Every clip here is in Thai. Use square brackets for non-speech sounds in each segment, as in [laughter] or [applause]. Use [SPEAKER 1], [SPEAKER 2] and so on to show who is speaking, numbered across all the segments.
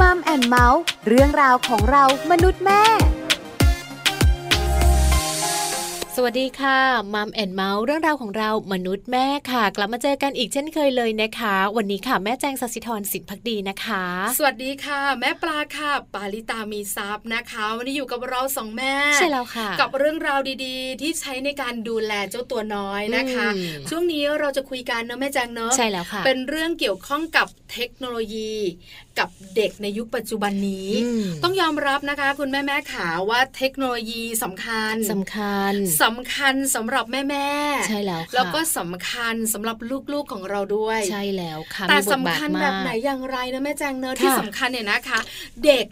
[SPEAKER 1] มัมแอนเมาส์เรื่องราวของเรามนุษย์แม่
[SPEAKER 2] สวัสดีค่ะมัมแอนเมาส์เรื่องราวของเรามนุษย์แม่ค่ะ กลับมาเจอกันอีกเช่นเคยเลยนะคะ วันนี้ค่ะแม่แจงสัสิธรสินพักดีนะคะ
[SPEAKER 3] สวัสดีค่ะ แม่ปลาค่ะ ปาลิตามีซับนะคะ วันนี้อยู่กับเราสองแม่
[SPEAKER 2] ใช่แล้วค่ะ
[SPEAKER 3] กับเรื่องราวดีๆ ที่ใช้ในการดูแลเจ้าตัวน้อยนะคะ
[SPEAKER 2] อืม
[SPEAKER 3] ช่วงนี้เราจะคุยกันเนอะแม่แจงเนอะ
[SPEAKER 2] ใช่แล้วค่ะ
[SPEAKER 3] เป็นเรื่องเกี่ยวข้องกับเทคโนโลยี กับเด็กในยุคปัจจุบันนี้
[SPEAKER 2] อืม
[SPEAKER 3] ต้องยอมรับนะคะ คุณแม่แม่ๆขาว่าเทคโนโลยีสำคัญ
[SPEAKER 2] สำคัญ
[SPEAKER 3] สำคัญสำหรับแม่แม่ๆ
[SPEAKER 2] ใช่แล้วค่ะ
[SPEAKER 3] แล้วก็สำคัญสำหรับลูกๆของเราด้วย
[SPEAKER 2] ใช่แล้วค่ะ
[SPEAKER 3] แต่
[SPEAKER 2] มีบ
[SPEAKER 3] สำ
[SPEAKER 2] ทบาท
[SPEAKER 3] คัญ
[SPEAKER 2] มา
[SPEAKER 3] แบ
[SPEAKER 2] ก
[SPEAKER 3] บไหนอย่างไรนะแม่แจงเนอะที่
[SPEAKER 2] ค่ะ
[SPEAKER 3] สำคัญเนี่ยนะคะ เด็ก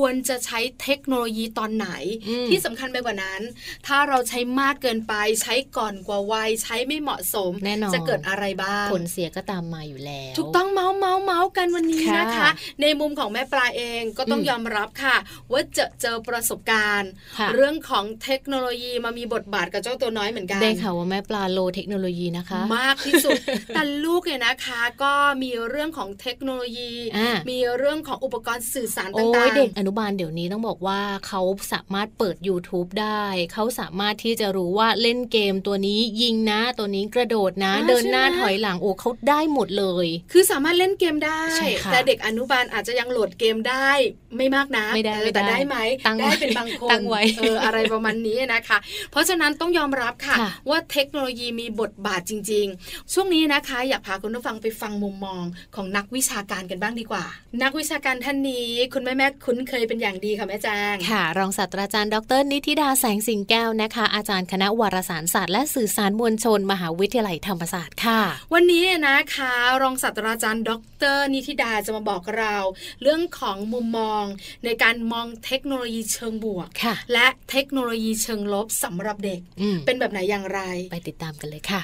[SPEAKER 3] ควรจะใช้เทคโนโลยีตอนไหน
[SPEAKER 2] อืม
[SPEAKER 3] ที่สำคัญไปกว่านั้น ถ้าเราใช้มากเกินไปใช้ก่อนกว่าวัยใช้ไม่เหมาะสม
[SPEAKER 2] แน่นอน
[SPEAKER 3] จะเกิดอะไรบ้าง
[SPEAKER 2] ผลเสียก็ตามมาอยู่แล้ว
[SPEAKER 3] ถูกต้องเมาส์เมาส์เมาส์กันวันนี้
[SPEAKER 2] ค่ะ
[SPEAKER 3] นะคะ ในมุมของแม่ปลาเองก็ต้อง
[SPEAKER 2] อืม
[SPEAKER 3] ยอมรับค่ะ ว่าเจอเจอประสบการณ์
[SPEAKER 2] ค่ะ
[SPEAKER 3] เรื่องของเทคโนโลยีมามีบทบาทกับเจ้าตัวน้อยเหมือนกัน
[SPEAKER 2] ได้ข่าวว่าแม่ปลาโลเทคโนโลยีนะคะ
[SPEAKER 3] มากที่สุด แต่ลูกเนี่ยนะคะ ก็มีเรื่องของเทคโนโลยี
[SPEAKER 2] อ่ามี
[SPEAKER 3] มีเรื่องของอุปกรณ์สื่อสาร
[SPEAKER 2] โอ้
[SPEAKER 3] ต่าง
[SPEAKER 2] ย
[SPEAKER 3] ๆ
[SPEAKER 2] เด็กอนุบาลเดี๋ยวนี้ต้องบอกว่าเขาสามารถเปิด YouTube ได้ เขาสามารถที่จะรู้ว่าเล่นเกมตัวนี้ยิงนะตัวนี้กระโดดนะ
[SPEAKER 3] อ่า
[SPEAKER 2] เดินหน้า
[SPEAKER 3] ใช่
[SPEAKER 2] ถ
[SPEAKER 3] ไหม
[SPEAKER 2] อยหลังโอ้เขาได้หมดเลย
[SPEAKER 3] คือสามารถเล่นเกมได้
[SPEAKER 2] ใช่ค่ะ
[SPEAKER 3] แต่เด็กอนุบาลอาจจะยังโหลดเกมได้ไม่มากนะ
[SPEAKER 2] ไม่ได้
[SPEAKER 3] เอ
[SPEAKER 2] ไม่
[SPEAKER 3] อ
[SPEAKER 2] ได้
[SPEAKER 3] แต่ได้ไหม
[SPEAKER 2] ตั้งไว้
[SPEAKER 3] ได้เป็นบางคน
[SPEAKER 2] ตั้งไว้
[SPEAKER 3] เอออะไรประมาณนี้นะคะ เพราะฉะนั้นต้องยอมรับค่ะ
[SPEAKER 2] ค่ะ
[SPEAKER 3] ว่าเทคโนโลยีมีบทบาทจริง ๆ ช่วงนี้นะคะ อยากพาคุณผู้ฟังไปฟังมุมมองของนักวิชาการกันบ้างดีกว่า นักวิชาการท่านนี้ คุณแม่แม่ๆคุ้นเคยเป็นอย่างดีค่ะแม่แจง
[SPEAKER 2] ค่ะ รองศาสตราจารย์ดร นิติดาแสงสิงแก้วนะคะ อาจารย์คณะวารสารศาสตร์และสื่อสารมวลชน มหาวิทยาลัยธรรมศาสตร์ค่ะ
[SPEAKER 3] วันนี้นะคะรองศาสตราจารย์ดร นิติดาจะมาบอกเรา เรื่องของมุมมองในการมองเทคโนโลยีเชิงบวก
[SPEAKER 2] ค่ะ
[SPEAKER 3] และเทคโนโลยีเชิงลบสำหรับเด็ก
[SPEAKER 2] อืม
[SPEAKER 3] เป็นแบบไหนอย่างไร
[SPEAKER 2] ไปติดตามกันเลยค่ะ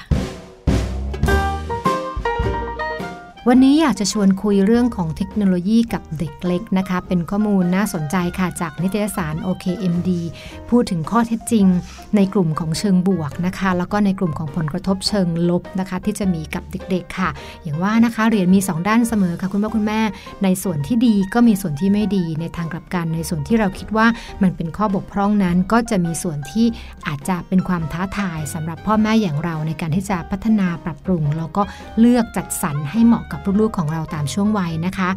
[SPEAKER 4] วันนี้อยากจะชวนคุยเรื่องของเทคโนโลยีกับเด็กเล็กนะคะ เป็นข้อมูลน่าสนใจค่ะจากนิตยสาร OKMD พูดถึงข้อเท็จจริง ในกลุ่มของเชิงบวกนะคะ แล้วก็ในกลุ่มของผลกระทบเชิงลบนะคะ ที่จะมีกับเด็กๆค่ะ อย่างว่านะคะเหรียญมี 2 ด้านเสมอค่ะคุณพ่อคุณแม่ ในส่วนที่ดีก็มีส่วนที่ไม่ดีในทางกลับกัน ในส่วนที่เราคิดว่ามันเป็นข้อบกพร่องนั้น ก็จะมีส่วนที่อาจจะเป็นความท้าทายสำหรับพ่อแม่อย่างเราในการที่จะพัฒนาปรับปรุง แล้วก็เลือกจัดสรรให้เหมาะกับลูกๆของเราตามช่วงวัยนะคะ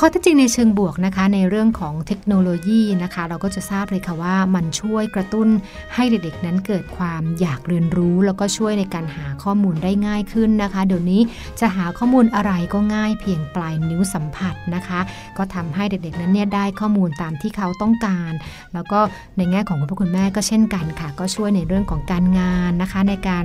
[SPEAKER 4] ข้อเท็จจริงในเชิงบวกนะคะ ในเรื่องของเทคโนโลยีนะคะ เราก็จะทราบเลยค่ะว่ามันช่วยกระตุ้นให้เด็กๆนั้นเกิดความอยากเรียนรู้ แล้วก็ช่วยในการหาข้อมูลได้ง่ายขึ้นนะคะ เดี๋ยวนี้จะหาข้อมูลอะไรก็ง่ายเพียงปลายนิ้วสัมผัสนะคะ ก็ทำให้เด็กๆนั้นเนี่ยได้ข้อมูลตามที่เขาต้องการ แล้วก็ในแง่ของคุณพ่อคุณแม่ก็เช่นกันค่ะ ก็ช่วยในเรื่องของการงานนะคะ ในการ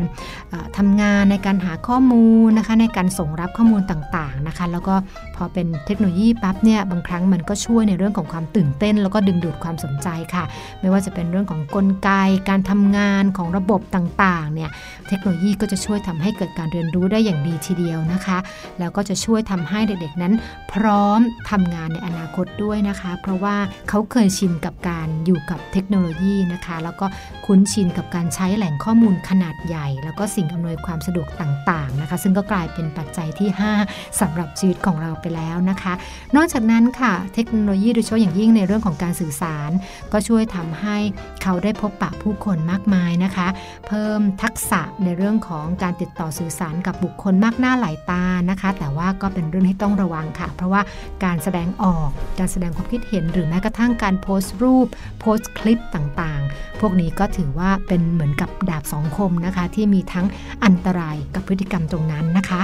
[SPEAKER 4] เอ่อทำงานในการหาข้อมูลนะคะ ในการส่งรับข้อมูลต่างๆนะคะ แล้วก็พอเป็นเทคโนโลยีปั๊บเนี่ยบางครั้งมันก็ช่วยในเรื่องของความตื่นเต้น แล้วก็ดึงดูดความสนใจค่ะ ไม่ว่าจะเป็นเรื่องของกลไก การทำงานของระบบต่างๆเนี่ยเทคโนโลยีก็จะช่วยทำให้เกิดการเรียนรู้ได้อย่างดีทีเดียวนะคะ แล้วก็จะช่วยทำให้เด็กๆนั้น พร้อมทำงานในอนาคตด้วยนะคะ เพราะว่าเขาเคยชินกับการอยู่กับเทคโนโลยีนะคะ แล้วก็คุ้นชินกับการใช้แหล่งข้อมูลขนาดใหญ่ แล้วก็สิ่งอำนวยความสะดวกต่างๆนะคะ ซึ่งก็กลายเป็นปัจจัยที่ 5สำหรับชีวิตของเราไปแล้วนะคะ นอกจากนั้นค่ะ เทคโนโลยีโดยเฉพาะอย่างยิ่งในเรื่องของการสื่อสาร ก็ช่วยทำให้เขาได้พบปะผู้คนมากมายนะคะ เพิ่มทักษะในเรื่องของการติดต่อสื่อสารกับบุคคลมากหน้าหลายตานะคะ แต่ว่าก็เป็นเรื่องที่ต้องระวังค่ะ เพราะว่าการแสดงออกการแสดงความคิดเห็น หรือแม้กระทั่งการโพสต์รูป โพสต์คลิปต่างๆ พวกนี้ก็ถือว่าเป็นเหมือนกับดาบสองคมนะคะ ที่มีทั้งอันตรายกับพฤติกรรมตรงนั้นนะคะ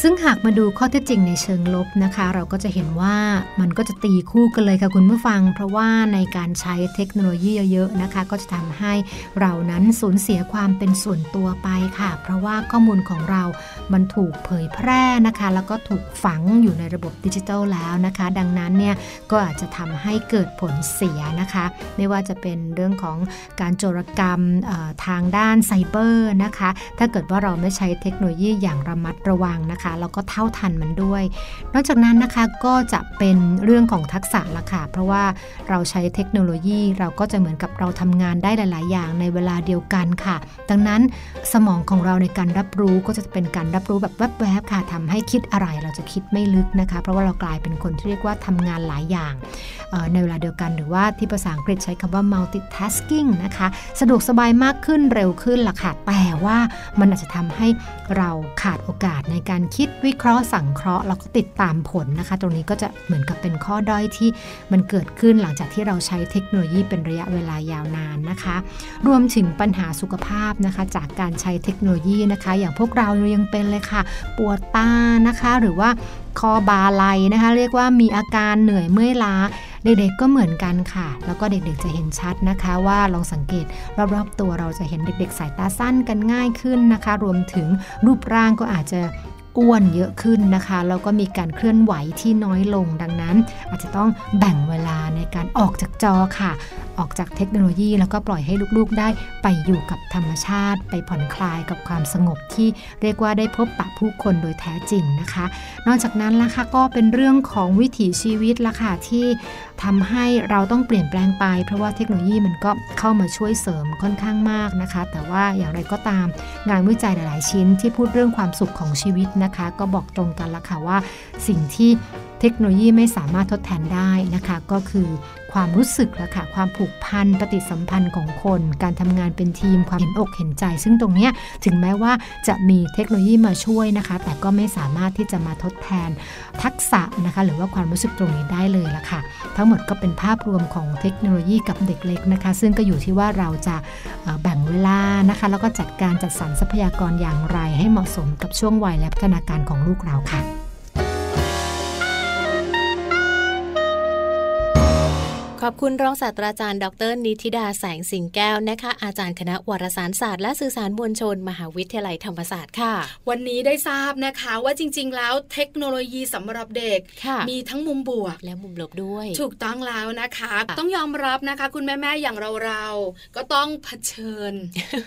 [SPEAKER 4] ซึ่งหากมาดูข้อเท็จจริงในเชิงลบนะคะ เราก็จะเห็นว่ามันก็จะตีคู่กันเลยค่ะคุณผู้ฟัง เพราะว่าในการใช้เทคโนโลยีเยอะๆนะคะ ก็จะทำให้เรานั้นสูญเสียความเป็นส่วนตัวไปค่ะ เพราะว่าข้อมูลของเรา มันถูกเผยแพร่นะคะ แล้วก็ถูกฝังอยู่ในระบบดิจิทัลแล้วนะคะ ดังนั้นเนี่ยก็อาจจะทำให้เกิดผลเสียนะคะ ไม่ว่าจะเป็นเรื่องของการโจรกรรมเอ่อทางด้านไซเบอร์นะคะ ถ้าเกิดว่าเราไม่ใช้เทคโนโลยีอย่างระมัดระวังนะคะ นะคะ แล้วก็เท่าทันมันด้วย นอกจากนั้นนะคะก็จะเป็นเรื่องของทักษะละค่ะ เพราะว่าเราใช้เทคโนโลยีเราก็จะเหมือนกับเราทำงานได้หลาย ๆ อย่างในเวลาเดียวกันค่ะ ดังนั้นสมองของเราในการรับรู้ก็จะเป็นการรับรู้แบบแวบๆค่ะทำให้คิดอะไรเราจะคิดไม่ลึกนะคะ เพราะว่าเรากลายเป็นคนที่เรียกว่าทำงานหลายอย่าง เอ่อในเวลาเดียวกันหรือว่าที่ภาษาอังกฤษใช้คำว่า multitasking นะคะ สะดวกสบายมากขึ้นเร็วขึ้นล่ะค่ะ แต่ว่ามันอาจจะทำให้เราขาดโอกาสในการคิดวิเคราะห์สังเคราะห์แล้วก็ติดตามผลนะคะ ตรงนี้ก็จะเหมือนกับเป็นข้อด้อยที่มันเกิดขึ้นหลังจากที่เราใช้เทคโนโลยีเป็นระยะเวลายาวนานนะคะ รวมถึงปัญหาสุขภาพนะคะ จากการใช้เทคโนโลยีนะคะ อย่างพวกเราเรายังเป็นเลยค่ะ ปวดตานะคะ หรือว่าคอบาไหลนะคะ เรียกว่ามีอาการเหนื่อยเมื่อยล้า เด็กๆก็เหมือนกันค่ะ แล้วก็เด็กๆจะเห็นชัดนะคะว่าลองสังเกตรอบๆตัวเราจะเห็นเด็กๆ สายตาสั้นกันง่ายขึ้นนะคะ รวมถึงรูปร่างก็อาจจะอ้วนเยอะขึ้นนะคะ แล้วก็มีการเคลื่อนไหวที่น้อยลงดังนั้น อาจจะต้องแบ่งเวลาในการออกจากจอค่ะ ออกจากเทคโนโลยีแล้วก็ปล่อยให้ลูกๆได้ไปอยู่กับธรรมชาติ ไปผ่อนคลายกับความสงบที่เรียกว่าได้พบปะผู้คนโดยแท้จริงนะคะ นอกจากนั้นล่ะค่ะก็เป็นเรื่องของวิถีชีวิตล่ะค่ะที่ทำให้เราต้องเปลี่ยนแปลงไป เพราะว่าเทคโนโลยีมันก็เข้ามาช่วยเสริมค่อนข้างมากนะคะ แต่ว่าอย่างไรก็ตามงานวิจัยหลาย ๆ ชิ้นที่พูดเรื่องความสุขของชีวิตนะคะ ก็บอกตรงกันละค่ะว่า สิ่งที่เทคโนโลยีไม่สามารถทดแทนได้นะคะ ก็คือความรู้สึกละค่ะความผูกพันปฏิสัมพันธ์ของคน การทำงานเป็นทีมความเห็นอกเห็นใจ ซึ่งตรงเนี้ย ถึงแม้ว่าจะมีเทคโนโลยีมาช่วยนะคะ แต่ก็ไม่สามารถที่จะมาทดแทนทักษะนะคะ หรือว่าความรู้สึกตรงนี้ได้เลยละค่ะ ทั้งหมดก็เป็นภาพรวมของเทคโนโลยีกับเด็กเล็กนะคะ ซึ่งก็อยู่ที่ว่าเราจะเอ่อแบ่งเวลานะคะ แล้วก็จัดการจัดสรรทรัพยากรอย่างไร ให้เหมาะสมกับช่วงวัยและพัฒนาการของลูกเราค่ะ
[SPEAKER 2] ขอบคุณรองศาสตราจารย์ ดร นิติดาแสงสิงแก้วนะคะ อาจารย์คณะวารสารศาสตร์และสื่อสารมวลชน มหาวิทยาลัยธรรมศาสตร์ค่ะ
[SPEAKER 3] วันนี้ได้ทราบนะคะว่าจริง ๆ แล้วเทคโนโลยีสำหรับเด็ก
[SPEAKER 2] ค่ะ
[SPEAKER 3] มีทั้งมุมบวก
[SPEAKER 2] และมุมลบด้วย
[SPEAKER 3] ถูกต้องแล้วนะคะ
[SPEAKER 2] ค่ะ
[SPEAKER 3] ต้องยอมรับนะคะ คุณแม่ ๆ อย่างเราเราๆก็ต้องเผชิญ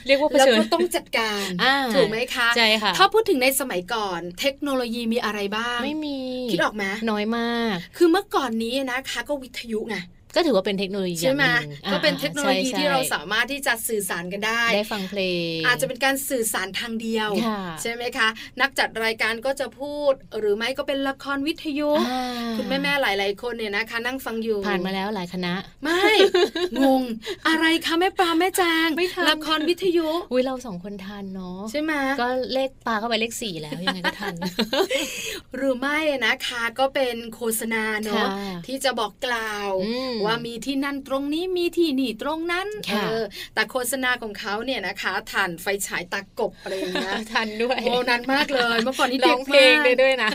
[SPEAKER 2] [laughs] เรียกว่าเผ
[SPEAKER 3] แล้ว
[SPEAKER 2] ชิญ
[SPEAKER 3] ก็ต้องจัดการ
[SPEAKER 2] อ่า
[SPEAKER 3] ถูกไหมคะ
[SPEAKER 2] ใช่ค่ะ
[SPEAKER 3] ถ้าพูดถึงในสมัยก่อนเทคโนโลยีมีอะไรบ้าง
[SPEAKER 2] ไม่มี
[SPEAKER 3] คิดออกไหม
[SPEAKER 2] น้อยมาก
[SPEAKER 3] คือเมื่อก่อนนี้นะคะก็วิทยุไง
[SPEAKER 2] ก็ถือว่าเป็นเทคโนโลยี
[SPEAKER 3] ใช่ไหม
[SPEAKER 2] อย่างนึ่งอ่า
[SPEAKER 3] ก็เป็นเทคโนโลยี
[SPEAKER 2] ใช่
[SPEAKER 3] ที่เรา
[SPEAKER 2] ใช่
[SPEAKER 3] สามารถที่จะสื่อสารกันได้
[SPEAKER 2] ได้ฟังเพลง
[SPEAKER 3] อาจจะเป็นการสื่อสารทางเดียว
[SPEAKER 2] ค่ะ
[SPEAKER 3] ใช่ไหมคะ นักจัดรายการก็จะพูดหรือไม่ก็เป็นละครวิทยุ
[SPEAKER 2] อ่า
[SPEAKER 3] คุณแม่ๆหลาย ๆ คนเนี่ยนะคะ นั่งฟังอยู่
[SPEAKER 2] ผ่านมาแล้วหลายคณะ
[SPEAKER 3] ไม่ งง อะไรคะแม่ปลาแม่แจาง
[SPEAKER 2] ไม่ทัน
[SPEAKER 3] ละครวิทยุ
[SPEAKER 2] อุ้ยเราสองคนทันเนาะ
[SPEAKER 3] ใช่ไหม
[SPEAKER 2] ก็เลขปลาเข้าไปเลขสี่แล้วยังไงก็ทัน
[SPEAKER 3] หรือไม่นะคะก็เป็นโฆษณาเนาะ
[SPEAKER 2] ค่ะ
[SPEAKER 3] ที่จะบอกกล่าว
[SPEAKER 2] อืม
[SPEAKER 3] ว่ามีที่นั่นตรงนี้มีที่นี่ตรงนั้น
[SPEAKER 2] ค่ะ
[SPEAKER 3] เออแต่โฆษณาของเขาเนี่ยนะคะทานไฟฉายตากบอะไรอย่างเงี้ย
[SPEAKER 2] ทันด้วย
[SPEAKER 3] โอ้นานมาก
[SPEAKER 2] [laughs]
[SPEAKER 3] เลยเมื่อก่อนนี่
[SPEAKER 2] ร้
[SPEAKER 3] ด็
[SPEAKER 2] อก ง
[SPEAKER 3] มาก
[SPEAKER 2] เพลงได้ด้วยนะ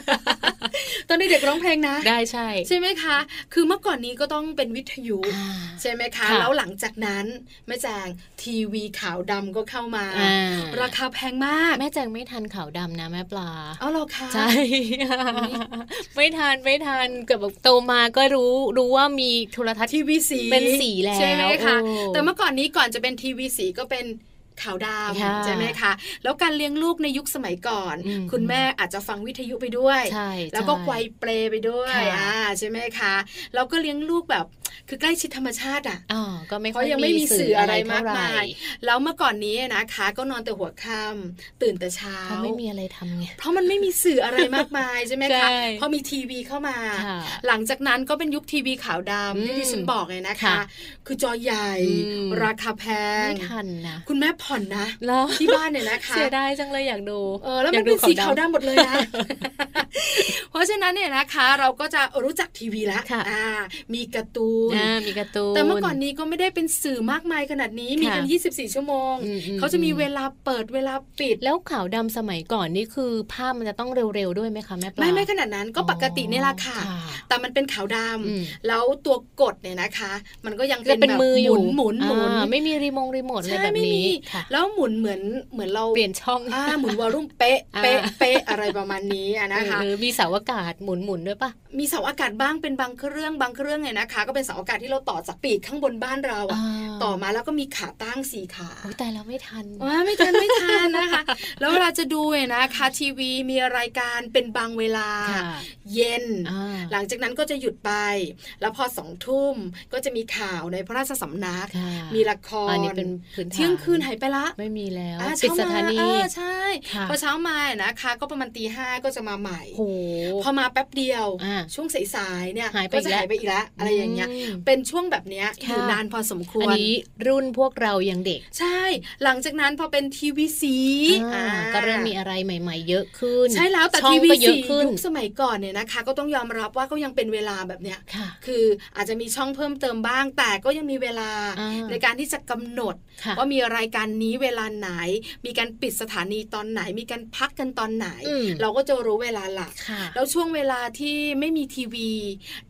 [SPEAKER 3] ตอนเด็กๆร้องเพลงนะ
[SPEAKER 2] ได้ใช่
[SPEAKER 3] ใช่ไหมคะ คือเมื่อก่อนนี้ก็ต้องเป็นวิทยุ
[SPEAKER 2] อ่า
[SPEAKER 3] ใช่ไหมคะ
[SPEAKER 2] ค่ะ
[SPEAKER 3] แล้วหลังจากนั้นแม่แจงทีวีขาวดำก็เข้ามา
[SPEAKER 2] อ่า
[SPEAKER 3] ราคาแพงมาก
[SPEAKER 2] แม่แจงไม่ทันขาวดำนะแม่ปลา
[SPEAKER 3] เอาเหรอคะ
[SPEAKER 2] ใช่ [laughs] ไม่ทันไม่ทันเกือบแบบโตมาก็รู้รู้ว่ามีโทรทัศน์
[SPEAKER 3] ทีวีสี
[SPEAKER 2] เป็นสีแล้ว
[SPEAKER 3] ใช่ไหมคะ
[SPEAKER 2] โอ้
[SPEAKER 3] แต่เมื่อก่อนนี้ก่อนจะเป็นทีวีสีก็เป็นขาวด
[SPEAKER 2] ค่ะ
[SPEAKER 3] ำใช่ไหมคะ แล้วการเลี้ยงลูกในยุคสมัยก่อน
[SPEAKER 2] อืม
[SPEAKER 3] คุณแม่อาจจะฟังวิทยุไปด้วย
[SPEAKER 2] ใช่
[SPEAKER 3] แล้วก็
[SPEAKER 2] ใช่
[SPEAKER 3] ไกวเปลไปด้วย
[SPEAKER 2] ค่ะ
[SPEAKER 3] อ่าใช่ไหมคะแล้วก็เลี้ยงลูกแบบคือใกล้ชิดธรรมชาติอ่ะ
[SPEAKER 2] อ่าก็ไม่
[SPEAKER 3] เพ
[SPEAKER 2] ค่อย
[SPEAKER 3] ราะยังไม่มีสื่ออะไรมาก
[SPEAKER 2] เท่ไห
[SPEAKER 3] มา
[SPEAKER 2] ร่
[SPEAKER 3] ย แล้วเมื่อก่อนนี้นะคะ ก็นอนแต่หัวค่ำตื่นแต่เช้า
[SPEAKER 2] เพราะไม่มีอะไรทำไง
[SPEAKER 3] เพราะมันไม่มีสื่ออะไรมากมายใช่ไหม
[SPEAKER 2] ใช่
[SPEAKER 3] คะพอมีทีวีเข้ามา
[SPEAKER 2] ค่ะ
[SPEAKER 3] หลังจากนั้นก็เป็นยุคทีวีขาวดำ
[SPEAKER 2] อื
[SPEAKER 3] ที่
[SPEAKER 2] ม
[SPEAKER 3] ดิฉันบอกเลยนะคะ
[SPEAKER 2] ค่ะ
[SPEAKER 3] คือจอใหญ่
[SPEAKER 2] อืม
[SPEAKER 3] ราคาแพง
[SPEAKER 2] ไม่ทันนะ
[SPEAKER 3] คุณแม่ผ่อนนะ
[SPEAKER 2] แล้ว
[SPEAKER 3] ที่บ้านเนี่ยนะคะ
[SPEAKER 2] เสียดายจังเลยอยากดู
[SPEAKER 3] เออแล้ว
[SPEAKER 2] อ
[SPEAKER 3] มั
[SPEAKER 2] ย
[SPEAKER 3] น
[SPEAKER 2] ก
[SPEAKER 3] เป็นสีขาว
[SPEAKER 2] ำ
[SPEAKER 3] ดำหมดเลย
[SPEAKER 2] [laughs]
[SPEAKER 3] นะ เพราะฉะนั้นเนี่ยนะคะ เราก็จะรู้จักทีวีละ
[SPEAKER 2] ค่ะ
[SPEAKER 3] อ่ามีการ์ตูน
[SPEAKER 2] อ่ามีการ์ตูน
[SPEAKER 3] แต่เมื่อก่อนนี้ก็ไม่ได้เป็นสื่อมากมายขนาดนี้มีกัน
[SPEAKER 2] ค่ะ
[SPEAKER 3] 24 ชั่วโมง
[SPEAKER 2] อือื
[SPEAKER 3] เขาจะมีเวลาเปิดเวลาปิด
[SPEAKER 2] แล้วขาวดำสมัยก่อนนี่คือภาพมันจะต้องเร็วๆด้วยไหมคะแม่ปลา
[SPEAKER 3] ไม่ไม่ขนาดนั้นก็ปกตินี่แหละค่ะ
[SPEAKER 2] อ๋อ
[SPEAKER 3] แต่มันเป็นขาวด
[SPEAKER 2] อืม
[SPEAKER 3] ำแล้วตัวกดเนี่ยนะคะ มันก็ยัง
[SPEAKER 2] จะเป็น
[SPEAKER 3] แบบ
[SPEAKER 2] มืออยู่
[SPEAKER 3] หมุนหมุนหมุน
[SPEAKER 2] อ่าไม่มีรีโมงรีโมทอะไร
[SPEAKER 3] ใช่
[SPEAKER 2] แบบ
[SPEAKER 3] ไม่มี
[SPEAKER 2] นี้ค่ะ
[SPEAKER 3] แล้วหมุนเหมือนเหมือนเรา
[SPEAKER 2] เปลี่ยนช่อง
[SPEAKER 3] อ่าหมุนวอลลุ่มเป๊ะเป๊ะ
[SPEAKER 2] อ่า
[SPEAKER 3] เป๊ะอะไรประมาณนี้อะนะคะ
[SPEAKER 2] หรือมีเสาอากาศหมุนๆด้วยปะ
[SPEAKER 3] มีเสาอากาศบ้างเป็นบางเครื่องบางเครื่องเนี่ยนะคะ ก็เป็นเสา อากาศที่เราต่อจากปีกข้างบนบ้านเราอะต่อมาแล้วก็มีขาตั้งสี่ขา
[SPEAKER 2] โอ้แต่เราไม่ทัน
[SPEAKER 3] ว่าไม่ทันไม่ทันนะคะ แล้วเวลาจะดูเนี่ยนะคะทีวีมีรายการเป็นบางเวลา
[SPEAKER 2] ค่ะ
[SPEAKER 3] เย็น
[SPEAKER 2] อ่า
[SPEAKER 3] หลังจากนั้นก็จะหยุดไป แล้วพอสองทุ่มก็จะมีข่าวในพระราชสำนัก
[SPEAKER 2] ค่ะ
[SPEAKER 3] มีละคร
[SPEAKER 2] อันนี้เป็นพื้นฐาน
[SPEAKER 3] เที่ยงคืนหายไปละ
[SPEAKER 2] ไม่มีแล้ว
[SPEAKER 3] อ่า
[SPEAKER 2] ปิด
[SPEAKER 3] เช้
[SPEAKER 2] สถานี
[SPEAKER 3] มเออใช่
[SPEAKER 2] ค่ะ
[SPEAKER 3] พอเช้ามานะคะ ก็ประมาณตีห้าก็จะมาใหม่
[SPEAKER 2] โห
[SPEAKER 3] พอมาแป๊บเดียว
[SPEAKER 2] อ่า
[SPEAKER 3] ช่วงสายๆเนี่ย
[SPEAKER 2] หายไป
[SPEAKER 3] ก็
[SPEAKER 2] อีก
[SPEAKER 3] จะ
[SPEAKER 2] แล้ว
[SPEAKER 3] หายไปอีกแล้วอะไรอย่างเงี้ย
[SPEAKER 2] อืม
[SPEAKER 3] เป็นช่วงแบบเนี้ยอยู่
[SPEAKER 2] ค่ะ
[SPEAKER 3] นานพอสมคว
[SPEAKER 2] อัน
[SPEAKER 3] ร
[SPEAKER 2] นี้รุ่นพวกเรายังเด็ก
[SPEAKER 3] ใช่ หลังจากนั้นพอเป็นทีวีสี
[SPEAKER 2] อ่า
[SPEAKER 3] อ่า
[SPEAKER 2] ก็เริ่มมีอะไรใหม่ ๆ เยอะขึ้น
[SPEAKER 3] ใช่แล้วแต่
[SPEAKER 2] ช่อง
[SPEAKER 3] ทีวี
[SPEAKER 2] ก็เย
[SPEAKER 3] สี
[SPEAKER 2] อะขึ้น
[SPEAKER 3] ยุคสมัยก่อนเนี่ยนะคะ ก็ต้องยอมรับว่าก็ยังเป็นเวลาแบบเนี้ย
[SPEAKER 2] ค่ะ
[SPEAKER 3] คืออาจจะมีช่องเพิ่มเติมบ้าง แต่ก็ยังมีเวลา
[SPEAKER 2] อ่า
[SPEAKER 3] ในการที่จะกำหนด
[SPEAKER 2] ค่ะ
[SPEAKER 3] ว่ามีรายการนี้เวลาไหน มีการปิดสถานีตอนไหน มีการพักกันตอนไหน
[SPEAKER 2] อืม
[SPEAKER 3] เราก็จะรู้เวลาหลัก
[SPEAKER 2] ค่ะ
[SPEAKER 3] แล้วช่วงเวลาที่ไม่มีทีวี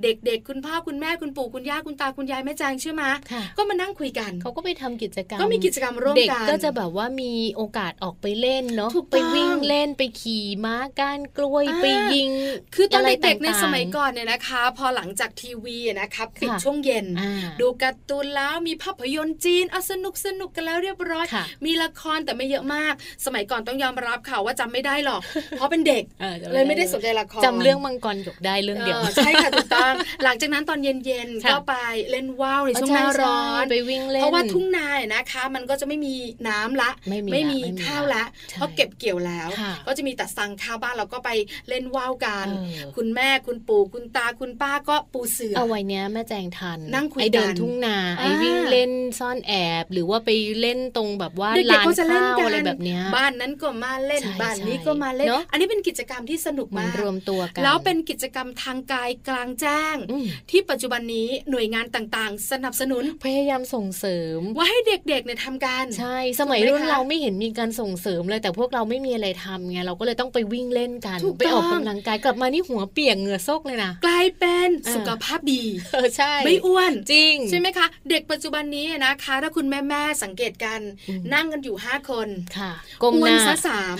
[SPEAKER 3] เด็กๆ คุณพ่อคุณแม่คุณปู่คุณย่าคุณตาคุณยายแม่แจงเชื่อไหม
[SPEAKER 2] ค่ะ
[SPEAKER 3] ก็มานั่งคุยกัน
[SPEAKER 2] เขาก็ไปทำกิจกรรม
[SPEAKER 3] ก็มีกิจกรรมร่วม
[SPEAKER 2] เด็ก
[SPEAKER 3] กัน
[SPEAKER 2] ก็จะแบบว่ามีโอกาสออกไปเล่นเนาะ
[SPEAKER 3] ถูกต้อง
[SPEAKER 2] ไปวิ่งเล่นไปขี่ม้าก้านกล้วย
[SPEAKER 3] อ่า
[SPEAKER 2] ไปยิง
[SPEAKER 3] คือตอนะ
[SPEAKER 2] ไร
[SPEAKER 3] เด็กๆใน
[SPEAKER 2] ต่างๆ
[SPEAKER 3] สมัยก่อนเนี่ยนะคะ พอหลังจากทีวีอะนะคะปิด
[SPEAKER 2] ค่ะ
[SPEAKER 3] ช่วงเย็น
[SPEAKER 2] อ่า
[SPEAKER 3] ดูการ์ตูนแล้วมีภาพยนตร์จีนเอาสนุกสนุกกันแล้วเรียบร้อย
[SPEAKER 2] ค่ะ
[SPEAKER 3] มีละครแต่ไม่เยอะมาก สมัยก่อนต้องยอมรับค่ะว่าจำไม่ได้หรอก เพราะเป็นเด็ก
[SPEAKER 2] ออจำ
[SPEAKER 3] เลยไม่ได้สนใจละคร
[SPEAKER 2] จำเรื่องมังกรหยกได้เรื่องเดียว
[SPEAKER 3] ใช่ค่ะถูกต้อง [laughs] หลังจากนั้นตอนเย็นๆ
[SPEAKER 2] ค่ะ
[SPEAKER 3] ก็ไปเล่นว่าวในช่วงหน้าร้อน
[SPEAKER 2] ใช่ๆไปวิ่งเล่น
[SPEAKER 3] เพราะว่าทุ่งนาเนี่ยนะคะ มันก็จะไม่มีน้ำละ
[SPEAKER 2] ไม่มีละ
[SPEAKER 3] มี
[SPEAKER 2] ไม่มี
[SPEAKER 3] ข้าวละ
[SPEAKER 2] ใช่
[SPEAKER 3] เพราะเก็บเกี่ยวแล้ว
[SPEAKER 2] ค่ะ
[SPEAKER 3] ก็จะมีแต่สังข้าวบ้านเราก็ไปเล่นว่าวกัน
[SPEAKER 2] เออ
[SPEAKER 3] คุณแม่คุณปู่คุณตาคุณป้าก็ปูเสือ
[SPEAKER 2] เอาไว้เนี้ยแม่แจงทัน
[SPEAKER 3] นั่งคุย
[SPEAKER 2] ไอเดิน
[SPEAKER 3] กัน
[SPEAKER 2] ทุ่งนา ไอ
[SPEAKER 3] อ่า
[SPEAKER 2] วิ่งเล่นซ่อนแอบ หรือว่าไปเล่นตรงแบบว่า
[SPEAKER 3] เด็ก
[SPEAKER 2] ลาน
[SPEAKER 3] ๆก็จะเล่น
[SPEAKER 2] ข้าว
[SPEAKER 3] กัน
[SPEAKER 2] อะไรแบบเนี้ย
[SPEAKER 3] บ้านนั้นก็มาเล่น
[SPEAKER 2] ใช่
[SPEAKER 3] บ้านนี้
[SPEAKER 2] ใช่
[SPEAKER 3] ก็มาเล่น
[SPEAKER 2] เนอะ
[SPEAKER 3] อันนี้เป็นกิจกรรมที่สนุก
[SPEAKER 2] เหมัน
[SPEAKER 3] มาก
[SPEAKER 2] รวมตัวกัน
[SPEAKER 3] แล้วเป็นกิจกรรมทางกายกลางแจ้ง
[SPEAKER 2] อืม
[SPEAKER 3] ที่ปัจจุบันนี้หน่วยงานต่างๆ สนับสนุน
[SPEAKER 2] พยายามส่งเสริม
[SPEAKER 3] ว่าให้เด็กๆเนี่ยทำกัน
[SPEAKER 2] ใช่สมัย
[SPEAKER 3] ถูกไหม
[SPEAKER 2] รุ่น
[SPEAKER 3] คะ
[SPEAKER 2] เราไม่เห็นมีการส่งเสริมเลยแต่พวกเราไม่มีอะไรทำไงเราก็เลยต้องไปวิ่งเล่นกัน
[SPEAKER 3] ถูกต้อง
[SPEAKER 2] ไปออกกำลังกายกลับมานี่หัวเปียกเหงื่อโซกเลยนะ
[SPEAKER 3] กลายเป็นสุขภาพดี
[SPEAKER 2] เออใช่
[SPEAKER 3] ไม่อ้วน
[SPEAKER 2] จริง
[SPEAKER 3] ใช่ไหมคะ เด็กปัจจุบันนี้นะคะ ถ้าคุณแม่แม่ๆสังเกตกัน
[SPEAKER 2] อืม
[SPEAKER 3] นั่งกันอยู่ 5 คน
[SPEAKER 2] ค่ะก้ม
[SPEAKER 3] อ้
[SPEAKER 2] ห
[SPEAKER 3] วน
[SPEAKER 2] น้า
[SPEAKER 3] ซะสาม
[SPEAKER 2] [laughs]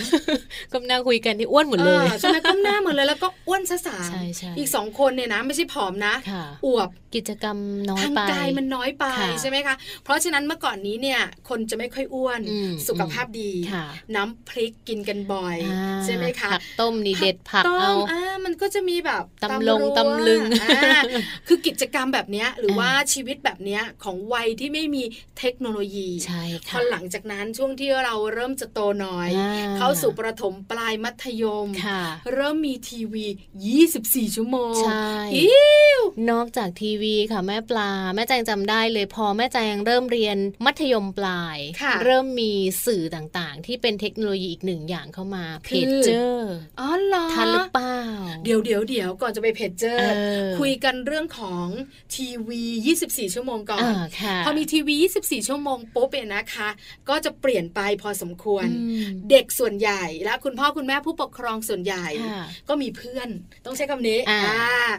[SPEAKER 2] ก้มหน้าคุยกันนี่อ้วนหมดเลย
[SPEAKER 3] ออใช่ไหมก้มหน้าเหมือนเลยแล้วก็อ้วนซะสาม
[SPEAKER 2] ใช่ใช่
[SPEAKER 3] อีกสองคนเนี่ยนะไม่ใช่ผอมนะ
[SPEAKER 2] ค่ะ
[SPEAKER 3] อวบ
[SPEAKER 2] กิจกรรมน้อย
[SPEAKER 3] ทาง
[SPEAKER 2] ไป
[SPEAKER 3] กายมันน้อยไป
[SPEAKER 2] ค่ะ
[SPEAKER 3] ใช่ไหมคะ เพราะฉะนั้นเมื่อก่อนนี้เนี่ยคนจะไม่ค่อยอ้วน
[SPEAKER 2] อืม
[SPEAKER 3] สุขภาพดี
[SPEAKER 2] ค่ะ
[SPEAKER 3] น้ำพริกกินกันบ่อย
[SPEAKER 2] อ่า
[SPEAKER 3] ใช่ไหมคะ
[SPEAKER 2] ผักต้มนี่เด็ดผัก
[SPEAKER 3] ต้ม
[SPEAKER 2] เอา
[SPEAKER 3] อ่ามันก็จะมีแบบ
[SPEAKER 2] ตำลง
[SPEAKER 3] รั้ว
[SPEAKER 2] ตำลึง
[SPEAKER 3] อ่า
[SPEAKER 2] [laughs]
[SPEAKER 3] คือกิจกรรมแบบเนี้ยหรืออา ว่าชีวิตแบบเนี้ยของวัยที่ไม่มีเทคโนโลยี
[SPEAKER 2] ใช่
[SPEAKER 3] พ
[SPEAKER 2] ค่ะ
[SPEAKER 3] อหลังจากนั้นช่วงที่เราเริ่มจะโตหน่อย
[SPEAKER 2] อ่
[SPEAKER 3] เข้าสู่ประถมปลายมัธยม
[SPEAKER 2] ค่ะ
[SPEAKER 3] เริ่มมีทีวี 24 ชั่วโมง
[SPEAKER 2] ใช่
[SPEAKER 3] อิ๊วน
[SPEAKER 2] อกจากทีวีค่ะ แม่ปลา แม่แจงจำได้เลยพอแม่แจงเริ่มเรียนมัธยมปลาย
[SPEAKER 3] ค่ะ
[SPEAKER 2] เริ่มมีสื่อต่างๆ ที่เป็นเทคโนโลยีอีกหนึ่งอย่างเข้ามาเพ
[SPEAKER 3] คือ
[SPEAKER 2] จเจอร์
[SPEAKER 3] อ๋อเหรอ
[SPEAKER 2] ทันหรือเปล่า
[SPEAKER 3] เดี๋ยวเดี๋ยวเดี๋ยวก่อนจะไปเพจเจอ
[SPEAKER 2] เอ
[SPEAKER 3] ร์
[SPEAKER 2] อ
[SPEAKER 3] คุยกันเรื่องของทีวี 24 ชั่วโมงก่อน
[SPEAKER 2] อ่าค่ะ
[SPEAKER 3] พอมีทีวี 24 ชั่วโมงปุ๊บเนี่ยนะคะ ก็จะเปลี่ยนไปพอสมควร
[SPEAKER 2] อืม
[SPEAKER 3] เด็กส่วนใหญ่และคุณพ่อคุณแม่ผู้ปกครองส่วนใหญ่
[SPEAKER 2] ค่ะ
[SPEAKER 3] ก็มีเพื่อน ต้องใช้คำนี้
[SPEAKER 2] อ่า
[SPEAKER 3] อ่า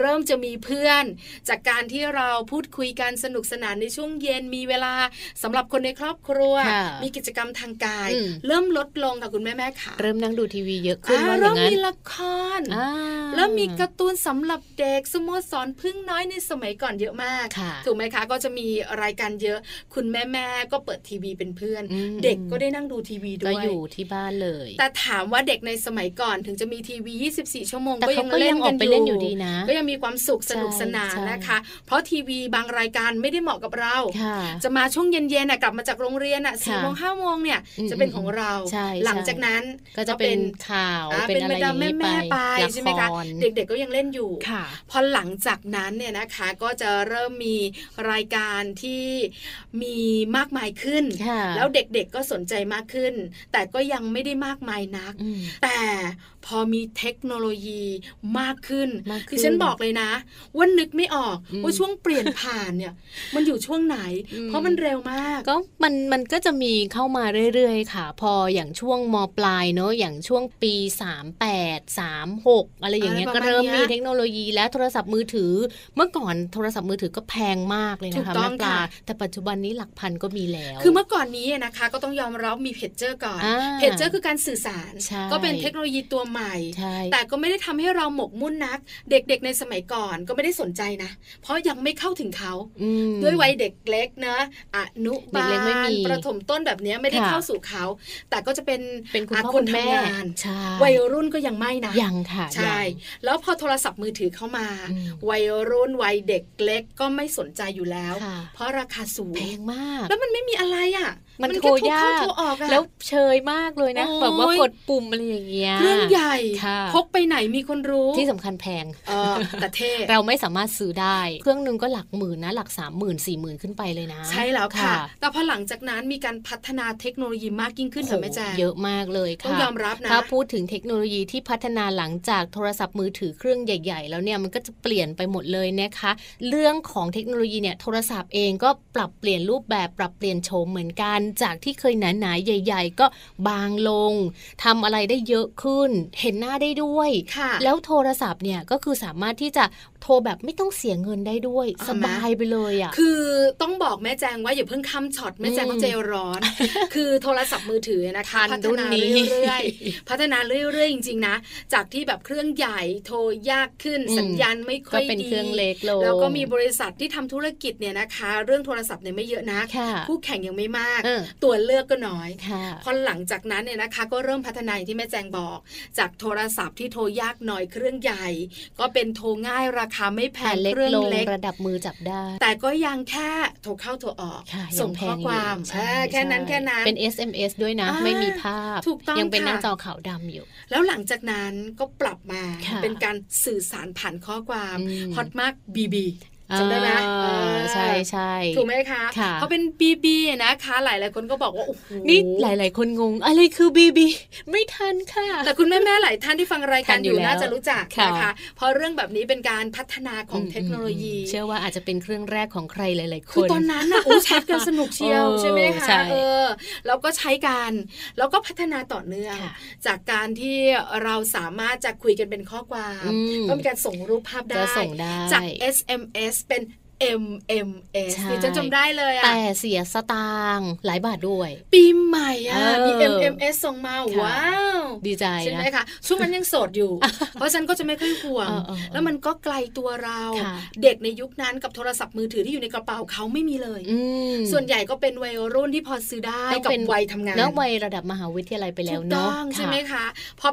[SPEAKER 3] เริ่มจะมีเพื่อน จากการที่เราพูดคุยกันสนุกสนานในช่วงเย็นมีเวลาสำหรับคนในครอบครัว
[SPEAKER 2] ค่ะ
[SPEAKER 3] มีกิจกรรมทางกาย
[SPEAKER 2] อืม
[SPEAKER 3] เริ่มลดลงค่ะคุณแม่แม่ๆค่ะ
[SPEAKER 2] เริ่มนั่งดูทีวีเยอะขึ้น
[SPEAKER 3] อ่า
[SPEAKER 2] ว่าอ
[SPEAKER 3] เริ่
[SPEAKER 2] ย่าม งนั้น
[SPEAKER 3] มีละคร
[SPEAKER 2] อ่า
[SPEAKER 3] แล้วมีการ์ตูนสำหรับเด็กสโมสรพึ่งน้อยในสมัยก่อนเยอะมาก
[SPEAKER 2] ค่ะ
[SPEAKER 3] ถูกไหมคะ ก็จะมีรายการเยอะ คุณแม่แม่ๆก็เปิดทีวีเป็นเพื่อน
[SPEAKER 2] อืม
[SPEAKER 3] เด็กก็ได้นั่งดูทีวีด้
[SPEAKER 2] ก็
[SPEAKER 3] วย
[SPEAKER 2] อยู่ที่บ้านเลย
[SPEAKER 3] แต่ถามว่าเด็กในสมัยก่อนถึงจะมีทีวี 24 ชั่วโมง
[SPEAKER 2] แต่
[SPEAKER 3] ก็
[SPEAKER 2] เขา
[SPEAKER 3] ยัง
[SPEAKER 2] ก็
[SPEAKER 3] เล่
[SPEAKER 2] ยั
[SPEAKER 3] น
[SPEAKER 2] งอ
[SPEAKER 3] กั
[SPEAKER 2] อน ก
[SPEAKER 3] อ
[SPEAKER 2] ไปเล่นอยู่
[SPEAKER 3] ยู่
[SPEAKER 2] ดีนะ
[SPEAKER 3] ก็ยังมีความสุขสนุก
[SPEAKER 2] ใช่
[SPEAKER 3] สนาน
[SPEAKER 2] ใช่
[SPEAKER 3] นะคะ เพราะทีวีบางรายการไม่ได้เหมาะกับเรา
[SPEAKER 2] ค่ะ
[SPEAKER 3] จะมาช่วงเย็นๆน่ะกลับมาจากโรงเรียนอ่ะสี่
[SPEAKER 2] ค่ะ
[SPEAKER 3] โมงห้าโมงเนี่ย
[SPEAKER 2] อืม
[SPEAKER 3] จะเป็นของเรา
[SPEAKER 2] ใช่
[SPEAKER 3] หลัง
[SPEAKER 2] ใช่
[SPEAKER 3] จากนั้น
[SPEAKER 2] ก็จะเป็นข่าว
[SPEAKER 3] อ่า
[SPEAKER 2] เป็น
[SPEAKER 3] เป็น
[SPEAKER 2] อะ
[SPEAKER 3] แม่
[SPEAKER 2] ไรอ
[SPEAKER 3] ดา
[SPEAKER 2] ย่างนี้ละ
[SPEAKER 3] แม่แม่ๆไปใช่ไหมคะ
[SPEAKER 2] คร
[SPEAKER 3] เด็กๆก็ยังเล่นอยู่
[SPEAKER 2] ค่ะ
[SPEAKER 3] พอหลังจากนั้นเนี่ยนะคะก็จะเริ่มมีรายการที่มีมากมายขึ้น
[SPEAKER 2] ค่ะ
[SPEAKER 3] แล้วเด็กๆก็สนใจมากขึ้น แต่ก็ยังไม่ได้มากมายนัก
[SPEAKER 2] อืม
[SPEAKER 3] แต่พอมีเทคโนโลยีมากขึ้น
[SPEAKER 2] มากขึ้น
[SPEAKER 3] คือฉันบอกเลยนะว่านึกไม่ออก
[SPEAKER 2] อืม
[SPEAKER 3] ว่าช่วงเปลี่ยนผ่านเนี่ย [laughs] มันอยู่ช่วงไหน
[SPEAKER 2] อืม
[SPEAKER 3] เพราะมันเร็วมาก
[SPEAKER 2] ก็มันมันก็จะมีเข้ามาเรื่อยๆ ค่ะ พออย่างช่วงมปลายเนอะอย่างช่วงปี 38 36 อะไรอย่างเงี้ย
[SPEAKER 3] อะไรป
[SPEAKER 2] ก็
[SPEAKER 3] ระมาณ
[SPEAKER 2] เริ่มมี
[SPEAKER 3] เนี้ย
[SPEAKER 2] เทคโนโลยีและโทรศัพท์มือถือ เมื่อก่อนโทรศัพท์มือถือก็แพงมากเลย
[SPEAKER 3] ถู
[SPEAKER 2] นะ
[SPEAKER 3] ก
[SPEAKER 2] คะ
[SPEAKER 3] ต้
[SPEAKER 2] แม่
[SPEAKER 3] อง
[SPEAKER 2] ปลา
[SPEAKER 3] ค่ะ
[SPEAKER 2] แต่ปัจจุบันนี้หลักพันก็มีแล้ว
[SPEAKER 3] คือเมื่อก่อนนี้นะคะ ก็ต้องยอมรับมีเพจเจอร์ก่อน
[SPEAKER 2] อ่า
[SPEAKER 3] เพจเจอร์คือการสื่อสาร
[SPEAKER 2] ใช่
[SPEAKER 3] ก็เป็นเทคโนโลยีตัว ใหม่
[SPEAKER 2] ใช่
[SPEAKER 3] แต่ก็ไม่ได้ทำให้เราหมกมุ่นนัก เด็กๆในสมัยก่อนก็ไม่ได้สนใจนะ เพราะยังไม่เข้าถึงเขา
[SPEAKER 2] อืม
[SPEAKER 3] ด้วยวัยเด็กเล็กนะอนุบา
[SPEAKER 2] เด็กเล็กไม่
[SPEAKER 3] ล
[SPEAKER 2] มี
[SPEAKER 3] ประถมต้นแบบเนี้ยไม่ได้
[SPEAKER 2] ค่ะ
[SPEAKER 3] เข้าสู่เขา แต่ก็จะเป็น
[SPEAKER 2] เป็นคุณ
[SPEAKER 3] อ่ะ
[SPEAKER 2] พ่อ
[SPEAKER 3] ค
[SPEAKER 2] คุ
[SPEAKER 3] น
[SPEAKER 2] ณแม่
[SPEAKER 3] ทำงาน
[SPEAKER 2] ใช่
[SPEAKER 3] วัยรุ่นก็ยังไม่นะ
[SPEAKER 2] ยังค่ะ
[SPEAKER 3] ใช่
[SPEAKER 2] ยัง
[SPEAKER 3] แล้วพอโทรศัพท์มือถือเข้ามา
[SPEAKER 2] อืม
[SPEAKER 3] วัยรุ่นวัยเด็กเล็กก็ไม่สนใจอยู่แล้ว
[SPEAKER 2] ค่ะ
[SPEAKER 3] เพราะราคาสูง
[SPEAKER 2] แพงมาก
[SPEAKER 3] แล้วมันไม่มีอะไรอ่ะ
[SPEAKER 2] มันโท
[SPEAKER 3] แค่
[SPEAKER 2] รยาก
[SPEAKER 3] เข้าโทรออกอะ
[SPEAKER 2] แล้วเชยมากเลยนะ
[SPEAKER 3] โอ้ย
[SPEAKER 2] แบบว่ากดปุ่มอะไรอย่างเงี้ย
[SPEAKER 3] เครื่องใหญ่
[SPEAKER 2] ค่ะ
[SPEAKER 3] พกไปไหนมีคนรู้
[SPEAKER 2] ที่สำคัญแพง
[SPEAKER 3] เออแต่เท่
[SPEAKER 2] เราไม่สามารถซื้อได้ เครื่องหนึ่งก็หลักหมื่นนะ หลักสามหมื่นสี่หมื่นขึ้นไปเลยนะ
[SPEAKER 3] ใช่แล้วค่ะ แต่พอหลังจากนั้นมีการพัฒนาเทคโนโลยีมากยิ่งขึ้นค่ะแม่แจง
[SPEAKER 2] เยอะมากเลยค่ะ
[SPEAKER 3] ต้องยอมรับนะ
[SPEAKER 2] ถ้าพูดถึงเทคโนโลยีที่พัฒนาหลังจากโทรศัพท์มือถือเครื่องใหญ่ ๆ แล้วเนี่ยมันก็จะเปลี่ยนไปหมดเลยนะคะ เรื่องของเทคโนโลยีเนี่ยโทรศัพท์เองก็ปรับเปลี่ยนรูปแบบปรับเปลี่ยนโฉมเหมือนกัน จากที่เคยหนาๆใหญ่ ๆ ก็บางลงทำอะไรได้เยอะขึ้น เห็นหน้าได้ด้วย
[SPEAKER 3] ค่ะ
[SPEAKER 2] แล้วโทรศัพท์เนี่ยก็คือสามารถที่จะโทรแบบไม่ต้องเสียเงินได้ด้วย
[SPEAKER 3] อ่า
[SPEAKER 2] สบายไปเลยอ่ะ
[SPEAKER 3] คือต้องบอกแม่แจงว่าอย่าเพิ่งค้ำช็อตแม่แจงเขาใจร้อน
[SPEAKER 2] [laughs]
[SPEAKER 3] คือโทรศัพท์มือถือนะคะ
[SPEAKER 2] ทั
[SPEAKER 3] พั
[SPEAKER 2] น
[SPEAKER 3] ฒ
[SPEAKER 2] รุ่น
[SPEAKER 3] นา
[SPEAKER 2] นี้
[SPEAKER 3] เรื่อย
[SPEAKER 2] [laughs]
[SPEAKER 3] ๆพัฒนาเรื่อยๆจริงๆนะ จากที่แบบเครื่องใหญ่โทรยากขึ้นสัญญาณไม่ค่
[SPEAKER 2] ก็
[SPEAKER 3] อย
[SPEAKER 2] เป็น
[SPEAKER 3] ดี
[SPEAKER 2] เครื่องเล็กลง
[SPEAKER 3] แล้วก็มีบริษัทที่ทำธุรกิจเนี่ยนะคะ เรื่องโทรศัพท์เนี่ยไม่เยอะนะ
[SPEAKER 2] ค่ะ
[SPEAKER 3] คู่แข่งยังไม่มาก
[SPEAKER 2] เออ
[SPEAKER 3] ตัวเลือกก็น้อย
[SPEAKER 2] ค่ะ
[SPEAKER 3] พอหลังจากนั้นเนี่ยนะคะก็เริ่มพัฒนาอย่างที่แม่แจงบอก จากโทรศัพท์ที่โทรยากหน่อยเครื่องใหญ่ ก็เป็นโทรง่ายราคาไม่แพ
[SPEAKER 2] แผ่
[SPEAKER 3] ง
[SPEAKER 2] นเล็ก
[SPEAKER 3] เครื่อง
[SPEAKER 2] ลง
[SPEAKER 3] เล็ก
[SPEAKER 2] ระดับมือจับได้
[SPEAKER 3] แต่ก็ยังแค่โทรเข้าโทรออก
[SPEAKER 2] ค่ะ
[SPEAKER 3] ส่ง
[SPEAKER 2] ยัแพ
[SPEAKER 3] ข้อความ
[SPEAKER 2] ยู่ใช่
[SPEAKER 3] เออแค่นั้น
[SPEAKER 2] ใช่
[SPEAKER 3] แค่นั้น
[SPEAKER 2] เป็น SMS ด้วยนะ
[SPEAKER 3] อ่า
[SPEAKER 2] ไม่มีภาพ
[SPEAKER 3] ถูกต้อง
[SPEAKER 2] ยังเป็น
[SPEAKER 3] ค่ะ
[SPEAKER 2] หน้าจอขาวดำอยู่
[SPEAKER 3] แล้วหลังจากนั้นก็ปรับมา
[SPEAKER 2] ค่ะ
[SPEAKER 3] เป็นการสื่อสารผ่านข้อความ
[SPEAKER 2] อืม
[SPEAKER 3] ฮอตมากบีบีจำได้ไหม
[SPEAKER 2] อ่า
[SPEAKER 3] เออ
[SPEAKER 2] ใช่ใช่
[SPEAKER 3] ถูกไหมคะ
[SPEAKER 2] ค่ะ
[SPEAKER 3] เขาเป็นบีบีนะคะ หลายหลายๆคนก็บอกว่าโอ้โห
[SPEAKER 2] นี่หลาย ๆ คนงง อะไรคือบีบี ไม่ทันค่ะ
[SPEAKER 3] แต่คุณแม่ ๆ หลายท่านที่ฟังรายกา
[SPEAKER 2] ทั
[SPEAKER 3] ร
[SPEAKER 2] น
[SPEAKER 3] อ
[SPEAKER 2] อยู่
[SPEAKER 3] ยู่
[SPEAKER 2] แล้ว
[SPEAKER 3] น่าจะรู้จัก
[SPEAKER 2] ค่ะ
[SPEAKER 3] นะคะ เพราะเรื่องแบบนี้เป็นการพัฒนาของเทคโนโลยี
[SPEAKER 2] อืมเชื่อว่าอาจจะเป็นเครื่องแรกของใครหลาย ๆ ค
[SPEAKER 3] คือน ตอนนั้นน่ะโอ้แชทกันสนุกเชียว
[SPEAKER 2] [laughs] เออ
[SPEAKER 3] ใช่ไหมคะ
[SPEAKER 2] ใช่
[SPEAKER 3] เออแล้วก็ใช้กันแล้วก็พัฒนาต่อเนื่อง
[SPEAKER 2] ค่ะ
[SPEAKER 3] จากการที่เราสามารถจะคุยกันเป็นข้อความ
[SPEAKER 2] อืม
[SPEAKER 3] ก็มีการส่งรูปภาพ
[SPEAKER 2] จะ
[SPEAKER 3] ได้
[SPEAKER 2] ส่งได้
[SPEAKER 3] จาก SMS เป็น MMS
[SPEAKER 2] ใช่
[SPEAKER 3] ดิฉันจำได้เลยอะ
[SPEAKER 2] แต่เสียสตางค์หลายบาทด้วย
[SPEAKER 3] ปีใหม่อะ
[SPEAKER 2] เออ
[SPEAKER 3] มี MMS ส่งมา
[SPEAKER 2] ค่ะ
[SPEAKER 3] ว้าว
[SPEAKER 2] ดีใจ
[SPEAKER 3] ใช่ไห
[SPEAKER 2] นะ
[SPEAKER 3] มคะช่วงนั้นยังโสด
[SPEAKER 2] [laughs]
[SPEAKER 3] อยู่ เพราะฉะนันก็จะไม่ค่อยห่วง
[SPEAKER 2] เออเออเออ
[SPEAKER 3] แล้วมันก็ไกลตัวเรา
[SPEAKER 2] ค่ะ
[SPEAKER 3] เด็กในยุคนั้นกับโทรศัพท์มือถือที่อยู่ในกระเป๋าเขาไม่มีเลย
[SPEAKER 2] อืม
[SPEAKER 3] ส่วนใหญ่ก็เป็นวัยรุ่นที่พอซื้อได้
[SPEAKER 2] ต้อง
[SPEAKER 3] กับ
[SPEAKER 2] เป็น
[SPEAKER 3] วัยทำงาน
[SPEAKER 2] แล้ววัยระดับมหาวิทยาลัยไปแล้
[SPEAKER 3] ถู
[SPEAKER 2] ว
[SPEAKER 3] กต้
[SPEAKER 2] เนาะ
[SPEAKER 3] องใช่ไหมคะ พอ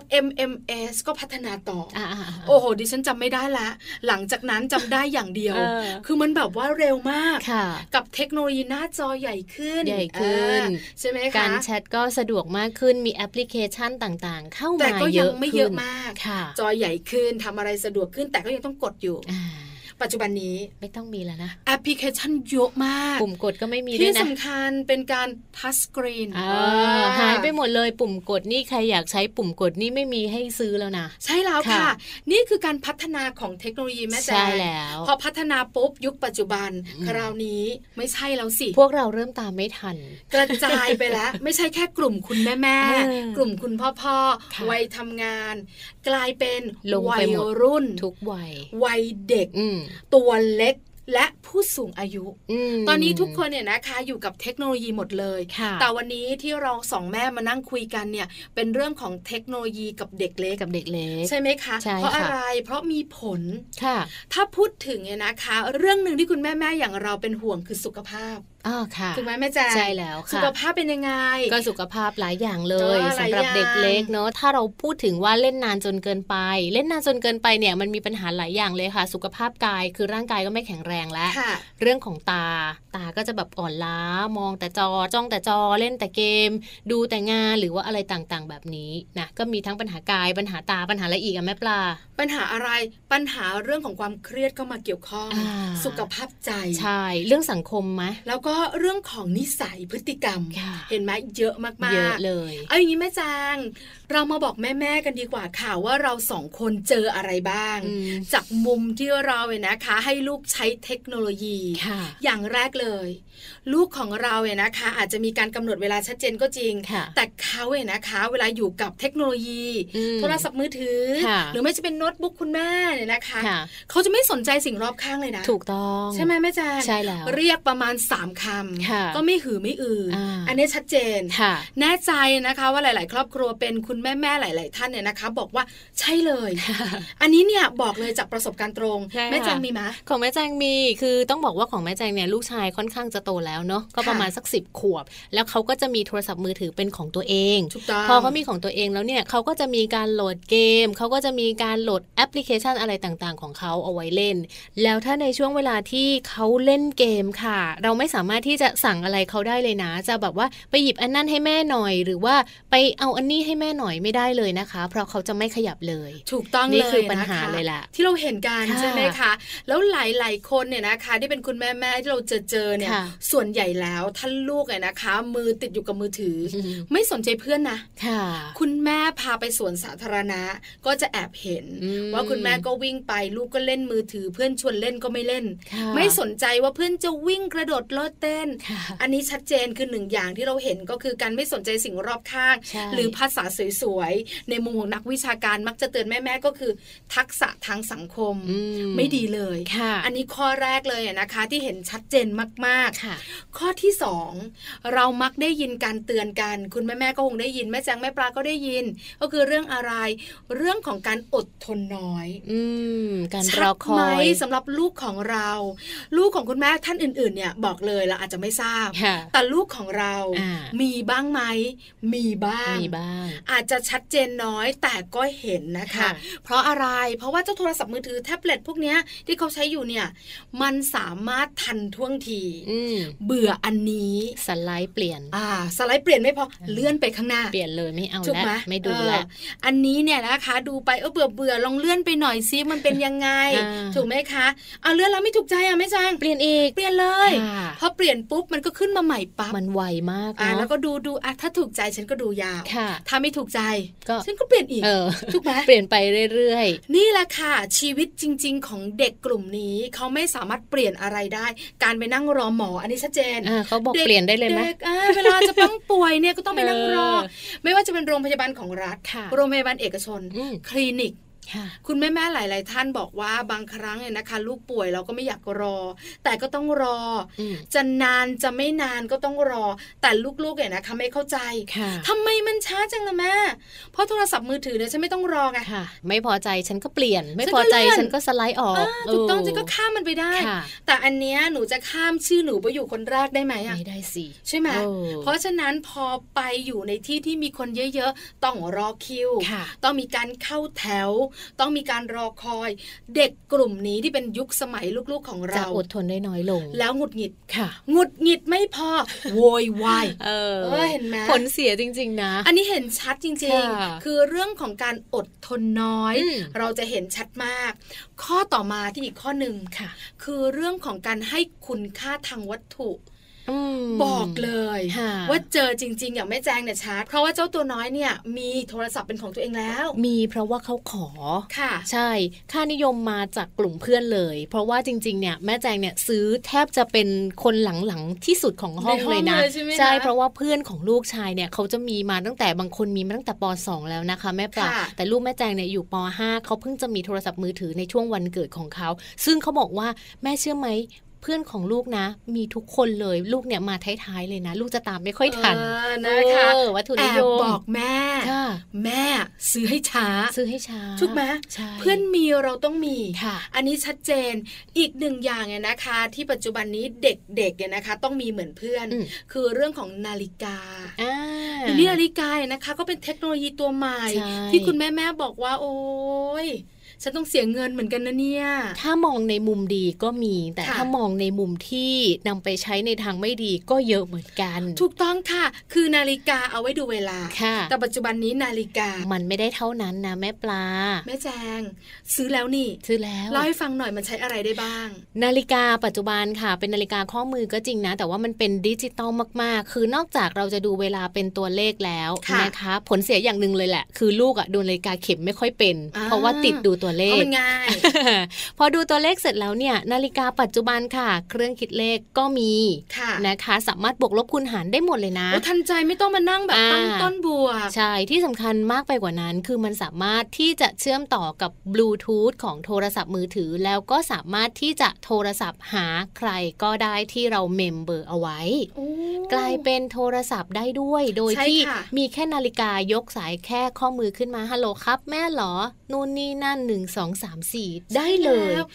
[SPEAKER 3] MMS ก็พัฒนาต่ออ
[SPEAKER 2] อ่าๆๆ
[SPEAKER 3] โอ้โห ดิฉันจำไม่ได้ละ หลังจากนั้นจำได้อย่างเดียว
[SPEAKER 2] เออ
[SPEAKER 3] คือมันแบบว่าเร็วมาก
[SPEAKER 2] ค่ะ
[SPEAKER 3] กับเทคโนโลยีหน้าจอใหญ่ขึ้น
[SPEAKER 2] ใหญ่ขึ้น
[SPEAKER 3] เออใช่ไหมคะ
[SPEAKER 2] การแชทก็สะดวกมากขึ้นมีแอปพลิเคชันต่างๆ เข้า
[SPEAKER 3] แต่
[SPEAKER 2] มา
[SPEAKER 3] ก็
[SPEAKER 2] เย
[SPEAKER 3] ยัง
[SPEAKER 2] อะ
[SPEAKER 3] ไม่เย
[SPEAKER 2] ขึ้
[SPEAKER 3] อะ
[SPEAKER 2] น
[SPEAKER 3] มาก
[SPEAKER 2] ค่ะ
[SPEAKER 3] จอใหญ่ขึ้นทำอะไรสะดวกขึ้น แต่ก็ยังต้องกดอยู่
[SPEAKER 2] อ่า
[SPEAKER 3] ปัจจุบันนี้
[SPEAKER 2] ไม่ต้องมีแล้วนะ
[SPEAKER 3] แอปพลิเคชันเยอะมาก
[SPEAKER 2] ปุ่มกดก็ไม่มีด้
[SPEAKER 3] ที่
[SPEAKER 2] วยนะ
[SPEAKER 3] สำคัญเป็นการทัชสกรีน
[SPEAKER 2] อ่าหายไปหมดเลยปุ่มกดนี่ใครอยากใช้ปุ่มกดนี่ไม่มีให้ซื้อแล้วนะ
[SPEAKER 3] ใช่แล้วค่ะ
[SPEAKER 2] ค่ะ
[SPEAKER 3] นี่คือการพัฒนาของเทคโนโลยีแม่แจ
[SPEAKER 2] ใช่
[SPEAKER 3] ง
[SPEAKER 2] แล้ว
[SPEAKER 3] พอพัฒนาปุ๊บยุคปัจจุบัน
[SPEAKER 2] อืม
[SPEAKER 3] คราวนี้ไม่ใช่แล้วสิ
[SPEAKER 2] พวกเราเริ่มตามไม่ทัน
[SPEAKER 3] กระจายไปแล้ว [laughs] ไม่ใช่แค่กลุ่มคุณแม่แม่
[SPEAKER 2] เออก
[SPEAKER 3] ลุ่มคุณพ่อพ่อ
[SPEAKER 2] ค่ะ
[SPEAKER 3] วัยทำงาน กลายเป็น
[SPEAKER 2] ลง
[SPEAKER 3] วั
[SPEAKER 2] ไป
[SPEAKER 3] ย
[SPEAKER 2] หมด
[SPEAKER 3] รุ่น
[SPEAKER 2] ทุกวัย
[SPEAKER 3] วัยเด็ก
[SPEAKER 2] อืม
[SPEAKER 3] ตัวเล็กและผู้สูงอายุ
[SPEAKER 2] ม
[SPEAKER 3] ตอนนี้ทุกคนเนี่ยนะคะอยู่กับเทคโนโลยีหมดเลย
[SPEAKER 2] ค่ะ
[SPEAKER 3] แต่วันนี้ที่เราสองแม่มานั่งคุยกันเนี่ยเป็นเรื่องของเทคโนโลยีกับเด็กเล็ก
[SPEAKER 2] กับเด็กเล็ก
[SPEAKER 3] ใช่ไหมคะ
[SPEAKER 2] ใช่
[SPEAKER 3] เพราะ
[SPEAKER 2] ค่ะ
[SPEAKER 3] อะไร เพราะมีผล
[SPEAKER 2] ค่ะ
[SPEAKER 3] ถ้าพูดถึงเนี่ยนะคะ เรื่องหนึ่งที่คุณแม่ๆอย่างเราเป็นห่วงคือสุขภาพ
[SPEAKER 2] อ่าค่ะ
[SPEAKER 3] ถูกไหมแม่แจง
[SPEAKER 2] ใช่แล้วค่ะ
[SPEAKER 3] สุขภาพเป็นยังไง
[SPEAKER 2] ก็สุขภาพหลายอย่างเลย
[SPEAKER 3] เออหลา
[SPEAKER 2] สำ
[SPEAKER 3] ย
[SPEAKER 2] หรับเด็กเล็ก
[SPEAKER 3] อย่าง
[SPEAKER 2] เนาะถ้าเราพูดถึงว่าเล่นนานจนเกินไป เล่นนานจนเกินไปเนี่ยมันมีปัญหาหลายอย่างเลยค่ะ สุขภาพกายคือร่างกายก็ไม่แข็งแรงแล้ว
[SPEAKER 3] ค่ะ
[SPEAKER 2] เรื่องของตาตาก็จะแบบอ่อนล้ามองแต่จอจ้องแต่จอเล่นแต่เกม ดูแต่งานหรือว่าอะไรต่างๆ แบบนี้นะก็มีทั้งปัญหากายปัญหาตาปัญหาละเอียดแม่ปลา
[SPEAKER 3] ปัญหาอะไรปัญหาเรื่องของความเครียดเข้ามาเกี่ยวข้อง
[SPEAKER 2] อ่า
[SPEAKER 3] สุขภาพใจ
[SPEAKER 2] ใช่เรื่องสังคมไหม
[SPEAKER 3] แล้วก็เรื่องของนิสัยพฤติกรรม
[SPEAKER 2] ค่ะ
[SPEAKER 3] เห็นไหมเยอะมากๆ
[SPEAKER 2] เยอะเลย
[SPEAKER 3] เอาอย่างนี้แม่แจงเรามาบอกแม่ๆกันดีกว่าค่ะว่าเราสองคนเจออะไรบ้าง
[SPEAKER 2] อืม
[SPEAKER 3] จากมุมที่เราเนี่ยนะคะ ให้ลูกใช้เทคโนโลยี
[SPEAKER 2] ค่ะ
[SPEAKER 3] อย่างแรกเลย ลูกของเราเนี่ยนะคะ อาจจะมีการกำหนดเวลาชัดเจนก็จริง
[SPEAKER 2] ค่ะ
[SPEAKER 3] แต่เขาเนี่ยนะคะ เวลาอยู่กับเทคโนโลยี
[SPEAKER 2] อืม
[SPEAKER 3] โทรศัพท์มือถือ
[SPEAKER 2] ค่ะ
[SPEAKER 3] หรือไม่จะเป็นโน้ตบุ๊กคุณแม่เนี่ยนะคะ
[SPEAKER 2] ค่ะ
[SPEAKER 3] เขาจะไม่สนใจสิ่งรอบข้างเลยนะ
[SPEAKER 2] ถูกต้อง
[SPEAKER 3] ใช่ไหมแม่แจง
[SPEAKER 2] ใช่แล้ว
[SPEAKER 3] เรียกประมาณ3ามค คำ
[SPEAKER 2] ค่ะ
[SPEAKER 3] ก็ไม่หือไม่อืออา อันนี้ชัดเจน
[SPEAKER 2] ค่ะ
[SPEAKER 3] แน่ใจนะคะว่าหลาย ๆ ครอบครัวเป็นคุณแม่ ๆ หลาย ๆ ท่านเนี่ยนะคะ บอกว่าใช่เลย อันนี้เนี่ยบอกเลยจากประสบการณ์ตรง
[SPEAKER 2] ใช่ค่ะ
[SPEAKER 3] แม่จังมีไหม
[SPEAKER 2] ของแม่แจงมีคือต้องบอกว่าของแม่แจงเนี่ยลูกชายค่อนข้างจะโตแล้วเนาะก็
[SPEAKER 3] ค่ะ
[SPEAKER 2] ประมาณสักสิบขวบ แล้วเขาก็จะมีโทรศัพท์มือถือเป็นของตัวเอง
[SPEAKER 3] ถูกต้อง
[SPEAKER 2] พอเขามีของตัวเองแล้วเนี่ยเขาก็จะมีการโหลดเกม เขาก็จะมีการโหลดแอปพลิเคชันอะไรต่างๆ ของเขาเอาไว้เล่น แล้วถ้าในช่วงเวลาที่เขาเล่นเกมค่ะ เราไม่สามารถที่จะสั่งอะไรเขาได้เลยนะ จะแบบว่าไปหยิบอันนั่นให้แม่หน่อย หรือว่าไปเอาอันนี้ให้แม่หน่อยไม่ได้เลยนะคะ เพราะเขาจะไม่ขยับเลย
[SPEAKER 3] ถูกต้อง
[SPEAKER 2] นี่
[SPEAKER 3] เลย
[SPEAKER 2] คือปัญ
[SPEAKER 3] นะ
[SPEAKER 2] หา
[SPEAKER 3] คะ
[SPEAKER 2] เลยล่ะ
[SPEAKER 3] ที่เราเห็นกัน
[SPEAKER 2] ค่ะ
[SPEAKER 3] ใช่ไหมคะแล้วหลาย ๆ คนเนี่ยนะคะที่เป็นคุณแม่แม่ๆที่เราเจอเจอเนี่ย
[SPEAKER 2] ค่ะ
[SPEAKER 3] ส่วนใหญ่แล้วท่านลูกเนี่ยนะคะ มือติดอยู่กับมือถืออ
[SPEAKER 2] ม
[SPEAKER 3] ไม่สนใจเพื่อนนะ
[SPEAKER 2] ค่ะ
[SPEAKER 3] คุณแม่พาไปสวนสาธารณะก็จะแอบเห็น
[SPEAKER 2] อืม
[SPEAKER 3] ว่าคุณแม่ก็วิ่งไปลูกก็เล่นมือถือ เพื่อนชวนเล่นก็ไม่เล่น
[SPEAKER 2] ค่ะ
[SPEAKER 3] ไม่สนใจว่าเพื่อนจะวิ่งกระโดดโลดเต้น
[SPEAKER 2] ค่ะ
[SPEAKER 3] อันนี้ชัดเจนคือหนึ่งอย่างที่เราเห็นก็คือการไม่สนใจสิ่งรอบข้าง
[SPEAKER 2] ใช่
[SPEAKER 3] หรือภาษาสวยๆ ในมุมของนักวิชาการมักจะเตือนแม่ๆก็คือ ทักษะทางสังคม
[SPEAKER 2] อื
[SPEAKER 3] ไม่ดีเลย
[SPEAKER 2] ค่ะ
[SPEAKER 3] อันนี้ข้อแรกเลยอะนะคะ ที่เห็นชัดเจนมากๆ
[SPEAKER 2] ค่ะ
[SPEAKER 3] ข้อที่สองเรามักได้ยินการเตือนกัน คุณแม่แม่ๆก็คงได้ยินแม่แจงแม่ปลาก็ได้ยิน ก็คือเรื่องอะไร เรื่องของการอดทนน้อย
[SPEAKER 2] อืม การ
[SPEAKER 3] ชัด
[SPEAKER 2] รอคอ
[SPEAKER 3] ไหม
[SPEAKER 2] ย
[SPEAKER 3] สำหรับลูกของเรา ลูกของคุณแม่ท่านอื่น ๆ เนี่ยบอกเลยเราอาจจะไม่ทราบ
[SPEAKER 2] ค่ะ
[SPEAKER 3] แต่ลูกของเรา
[SPEAKER 2] อ่ามี
[SPEAKER 3] มีบ้างไหม มีบ้าง
[SPEAKER 2] มีบ้าง
[SPEAKER 3] อาจจะชัดเจนน้อยแต่ก็เห็นนะคะ
[SPEAKER 2] ค่ะ
[SPEAKER 3] เพราะอะไร เพราะว่าเจ้าโทรศัพท์มือถือแท็บเล็ตพวกเนี้ยที่เขาใช้อยู่เนี่ย มันสามารถทันท่วงที
[SPEAKER 2] อืม
[SPEAKER 3] เบื่ออันนี้
[SPEAKER 2] สไลด์เปลี่ยน
[SPEAKER 3] อ่า สไลด์เปลี่ยนไม่พอเลื่อนไปข้างหน้า
[SPEAKER 2] เปลี่ยนเลยไม่เอา
[SPEAKER 3] ถูก
[SPEAKER 2] แล้ว
[SPEAKER 3] ไหม
[SPEAKER 2] ไม่ดู
[SPEAKER 3] เออ
[SPEAKER 2] แล้ว
[SPEAKER 3] อันนี้เนี่ยนะคะ ดูไปเออเบื่อเบื่อลองเลื่อนไปหน่อยซิมันเป็นยังไง
[SPEAKER 2] อ่า
[SPEAKER 3] ถูกไหมคะเอาเลื่อนแล้วไม่ถูกใจอ่ะไม่จัง
[SPEAKER 2] เปลี่ยนอีก
[SPEAKER 3] เปลี่ยนเลย
[SPEAKER 2] ค่ะ
[SPEAKER 3] พอเปลี่ยนปุ๊บมันก็ขึ้นมาใหม่ปั๊บ
[SPEAKER 2] มันไวมาก
[SPEAKER 3] อ่า
[SPEAKER 2] เนาะ
[SPEAKER 3] แล้วก็ดูดูอ่ะถ้าถูกใจฉันก็ดูยาว
[SPEAKER 2] ค่ะ
[SPEAKER 3] ถ้าไม่ถูกใจ
[SPEAKER 2] ก็
[SPEAKER 3] ฉันก็เปลี่ยนอีก
[SPEAKER 2] เออ
[SPEAKER 3] ถูกไหม
[SPEAKER 2] เปลี่ยนไปเรื่อย
[SPEAKER 3] นี่แหละค่ะชีวิตจริง ๆ ของเด็กกลุ่มนี้เขาไม่สามารถเปลี่ยนอะไรได้ การไปนั่งรอหมออันนี้ชัดเจน
[SPEAKER 2] ๆ อ่าเขาบอก
[SPEAKER 3] ด็
[SPEAKER 2] เปลี่ยนได้เลยไหม
[SPEAKER 3] ด็กอ่าเวลาจะต้องป่วยเนี่ยก็ต้องไปนั่งรอ
[SPEAKER 2] เออ
[SPEAKER 3] ไม่ว่าจะเป็นโรงพยาบาลของรัฐ
[SPEAKER 2] ค่ะ
[SPEAKER 3] โรงพยาบาลเอกชน
[SPEAKER 2] อืม
[SPEAKER 3] คลินิก
[SPEAKER 2] ค่ะ
[SPEAKER 3] คุณแม่ ๆ หลาย ๆ ท่านบอกว่าบางครั้งเนี่ยนะคะ ลูกป่วยเราก็ไม่อยากรอ แต่ก็ต้องรอ
[SPEAKER 2] อืม
[SPEAKER 3] จะนานจะไม่นานก็ต้องรอ แต่ลูก ๆ เนี่ยนะคะไม่เข้าใจ
[SPEAKER 2] ค่ะ
[SPEAKER 3] ทำไมมันช้าจังล่ะแม่ เพราะโทรศัพท์มือถือเนี่ยฉันไม่ต้องรอไง
[SPEAKER 2] ค่ะ ไม่พอใจฉันก็เปลี่ยน ไม่
[SPEAKER 3] ฉันก็
[SPEAKER 2] พอใจ
[SPEAKER 3] เลื่อน
[SPEAKER 2] ฉันก็สไลด์ออก
[SPEAKER 3] อ่าถูกต้อง
[SPEAKER 2] เ
[SPEAKER 3] ฉันก็ข้ามมันไปได้
[SPEAKER 2] ค่ะ
[SPEAKER 3] แต่อันเนี้ยหนูจะข้ามชื่อหนูไปอยู่คนแรกได้ไหมอะ
[SPEAKER 2] ไม่ได้สิ
[SPEAKER 3] ใช่ไหม
[SPEAKER 2] โอ้
[SPEAKER 3] เพราะฉะนั้นพอไปอยู่ในที่ที่มีคนเยอะๆ ต้องรอคิว
[SPEAKER 2] ค่ะ
[SPEAKER 3] ต้องมีการเข้าแถว ต้องมีการรอคอย เด็กกลุ่มนี้ที่เป็นยุคสมัยลูกๆของ
[SPEAKER 2] จะ
[SPEAKER 3] เรา
[SPEAKER 2] อดทนได้น้อยลง
[SPEAKER 3] แล้วหงุดหงิด
[SPEAKER 2] ค่ะ
[SPEAKER 3] หงุดหงิดไม่พอ โวยวาย
[SPEAKER 2] เออ
[SPEAKER 3] เออเห็นไหม
[SPEAKER 2] ผลเสียจริง ๆ นะ
[SPEAKER 3] อันนี้เห็นชัดจริง
[SPEAKER 2] ค่ะ
[SPEAKER 3] ๆ คือเรื่องของการอดทนน้อย
[SPEAKER 2] อืม
[SPEAKER 3] เราจะเห็นชัดมาก ข้อต่อมาที่อีกข้อหนึ่ง
[SPEAKER 2] ค่ะ
[SPEAKER 3] คือเรื่องของการให้คุณค่าทางวัตถุ
[SPEAKER 2] อืม
[SPEAKER 3] บอกเลย
[SPEAKER 2] ค่ะ
[SPEAKER 3] ว่าเจอจริง ๆ อย่างแม่แจงเนี่ยชาร์จเพราะว่าเจ้าตัวน้อยเนี่ยมีโทรศัพท์เป็นของตัวเองแล้ว
[SPEAKER 2] มีเพราะว่าเขาขอ
[SPEAKER 3] ค่ะ
[SPEAKER 2] ใช่ ค่านิยมมาจากกลุ่มเพื่อนเลย เพราะว่าจริง ๆ เนี่ยแม่แจงเนี่ยซื้อแทบจะเป็นคนหลังๆที่สุดของห้อง
[SPEAKER 3] ในห้อง
[SPEAKER 2] เลยนะ
[SPEAKER 3] เลยใช่ไหมคะ
[SPEAKER 2] เพราะว่าเพื่อนของลูกชายเนี่ยเขาจะมีมาตั้งแต่บางคนมีมาตั้งแต่ป .2 แล้วนะคะ แม่ปลา
[SPEAKER 3] ค่ะ
[SPEAKER 2] แต่ลูกแม่แจงเนี่ยอยู่ป .5 เขาเพิ่งจะมีโทรศัพท์มือถือในช่วงวันเกิดของเขา ซึ่งเขาบอกว่าแม่เชื่อไหมเพื่อนของลูกนะ มีทุกคนเลยลูกเนี่ยมาท้ายๆเลยนะ ลูกจะตามไม่ค่อยทัน
[SPEAKER 3] เออนะคะ
[SPEAKER 2] เออวัตถุ
[SPEAKER 3] แอ
[SPEAKER 2] นิย
[SPEAKER 3] บ
[SPEAKER 2] ม
[SPEAKER 3] บอกแม่
[SPEAKER 2] ค่ะ
[SPEAKER 3] แม่ซื้อให้ช้า
[SPEAKER 2] ซื้อให้ช้า
[SPEAKER 3] ถูกไหม
[SPEAKER 2] ใช่
[SPEAKER 3] เพื่อนมีเราต้องมี
[SPEAKER 2] ค่ะ
[SPEAKER 3] อันนี้ชัดเจนอีกหนึ่งอย่างเนี่ยนะคะ ที่ปัจจุบันนี้เด็กๆเนี่ยนะคะ ต้องมีเหมือนเพื่อน
[SPEAKER 2] อืม
[SPEAKER 3] คือเรื่องของนาฬิกา
[SPEAKER 2] อ่า
[SPEAKER 3] เดี๋ยวนี้นาฬิกาเนี่ยนะคะ ก็เป็นเทคโนโลยีตัวใหม่
[SPEAKER 2] ใช่
[SPEAKER 3] ที่คุณแม่แม่ๆบอกว่า โอ๊ยฉันต้องเสียเงินเหมือนกันนะเนี่ย
[SPEAKER 2] ถ้ามองในมุมดีก็มี แต่
[SPEAKER 3] ค่ะ
[SPEAKER 2] ถ้ามองในมุมที่นำไปใช้ในทางไม่ดีก็เยอะเหมือนกัน
[SPEAKER 3] ถูกต้องค่ะ คือนาฬิกาเอาไว้ดูเวลา
[SPEAKER 2] ค่ะ
[SPEAKER 3] แต่ปัจจุบันนี้นาฬิกา
[SPEAKER 2] มันไม่ได้เท่านั้นนะแม่ปลา
[SPEAKER 3] แม่แจง ซื้อแล้วนี่
[SPEAKER 2] ซื้อแล้ว
[SPEAKER 3] เล่าให้ฟังหน่อยมันใช้อะไรได้บ้าง
[SPEAKER 2] นาฬิกาปัจจุบันค่ะ เป็นนาฬิกาข้อมือก็จริงนะ แต่ว่ามันเป็นดิจิตอลมากๆ คือนอกจากเราจะดูเวลาเป็นตัวเลขแล้ว
[SPEAKER 3] ค่ะ
[SPEAKER 2] นะคะ ผลเสียอย่างหนึ่งเลยแหละ คือลูกอะดูนาฬิกาเข็มไม่ค่อยเป็น
[SPEAKER 3] อ่า
[SPEAKER 2] เพราะว่าติดดูตัว ตัวเล
[SPEAKER 3] เพราะ
[SPEAKER 2] ข
[SPEAKER 3] มันง่าย
[SPEAKER 2] [laughs] พอดูตัวเลขเสร็จแล้วเนี่ย นาฬิกาปัจจุบันค่ะ เครื่องคิดเลขก็มี
[SPEAKER 3] ค่ะ
[SPEAKER 2] นะคะ สามารถบวกลบคูณหารได้หมดเลยนะ
[SPEAKER 3] โอ้ทันใจไม่ต้องมานั่งแบบ
[SPEAKER 2] อ่า
[SPEAKER 3] ตั้งต้นบวก
[SPEAKER 2] ใช่ ที่สำคัญมากไปกว่านั้น คือมันสามารถที่จะเชื่อมต่อกับบลูทูธของโทรศัพท์มือถือ แล้วก็สามารถที่จะโทรศัพท์หาใครก็ได้ที่เราเมมเบอร์เอาไว้
[SPEAKER 3] โอ้
[SPEAKER 2] กลายเป็นโทรศัพท์ได้ด้วย โดย
[SPEAKER 3] ใช่
[SPEAKER 2] ที่
[SPEAKER 3] ค่ะ
[SPEAKER 2] มีแค่นาฬิกายกสายแค่ข้อมือขึ้นมาฮัลโหลครับ แม่เหรอ นู่นนี่นั่นหนึ่งสองสามสี่ได้เลย
[SPEAKER 3] แล้ว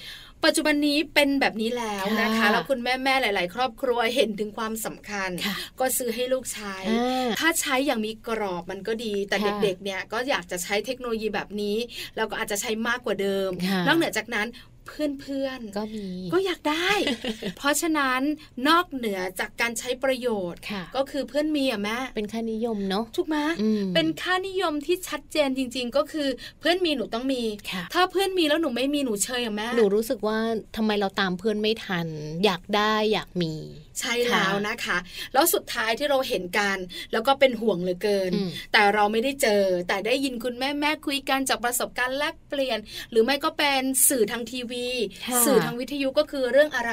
[SPEAKER 3] ปัจจุบันนี้เป็นแบบนี้แล้วนะคะ
[SPEAKER 2] ค่ะ
[SPEAKER 3] แล้วคุณแม่แม่ๆหลาย ๆ ครอบครัวเห็นถึงความสำคัญ
[SPEAKER 2] ค่ะ
[SPEAKER 3] ก็ซื้อให้ลูกใช้
[SPEAKER 2] อ่า
[SPEAKER 3] ถ้าใช้อย่างมีกรอบมันก็ดี แต่
[SPEAKER 2] ค่ะ
[SPEAKER 3] เด็กๆ เนี่ยก็อยากจะใช้เทคโนโลยีแบบนี้ แล้วก็อาจจะใช้มากกว่าเดิม
[SPEAKER 2] ค่ะ
[SPEAKER 3] นอกเหนือจากนั้นเพื่อนๆ
[SPEAKER 2] ก็มี
[SPEAKER 3] ก็อยากได้
[SPEAKER 2] [laughs]
[SPEAKER 3] เพราะฉะนั้นนอกเหนือจากการใช้ประโยชน์
[SPEAKER 2] ค่ะ
[SPEAKER 3] ก็คือเพื่อนมีอะแม่
[SPEAKER 2] เป็นค่านิยมเนาะ
[SPEAKER 3] ถูกไหม
[SPEAKER 2] อืม
[SPEAKER 3] เป็นค่านิยมที่ชัดเจนจริง ๆ ก็คือเพื่อนมีหนูต้องมี
[SPEAKER 2] ค่ะ
[SPEAKER 3] ถ้าเพื่อนมีแล้วหนูไม่มีหนูเชยอะแม่
[SPEAKER 2] หนูรู้สึกว่าทำไมเราตามเพื่อนไม่ทัน อยากได้อยากมี
[SPEAKER 3] ใช่
[SPEAKER 2] ค่ะ
[SPEAKER 3] แล้วนะคะ แล้วสุดท้ายที่เราเห็นกัน แล้วก็เป็นห่วงเหลือเกิน
[SPEAKER 2] อืม
[SPEAKER 3] แต่เราไม่ได้เจอ แต่ได้ยินคุณแม่แม่คุยกันจากประสบการณ์แลกเปลี่ยน หรือไม่ก็เป็นสื่อทางทีวี
[SPEAKER 2] ค่ะ
[SPEAKER 3] สื่อทางวิทยุก็คือเรื่องอะไร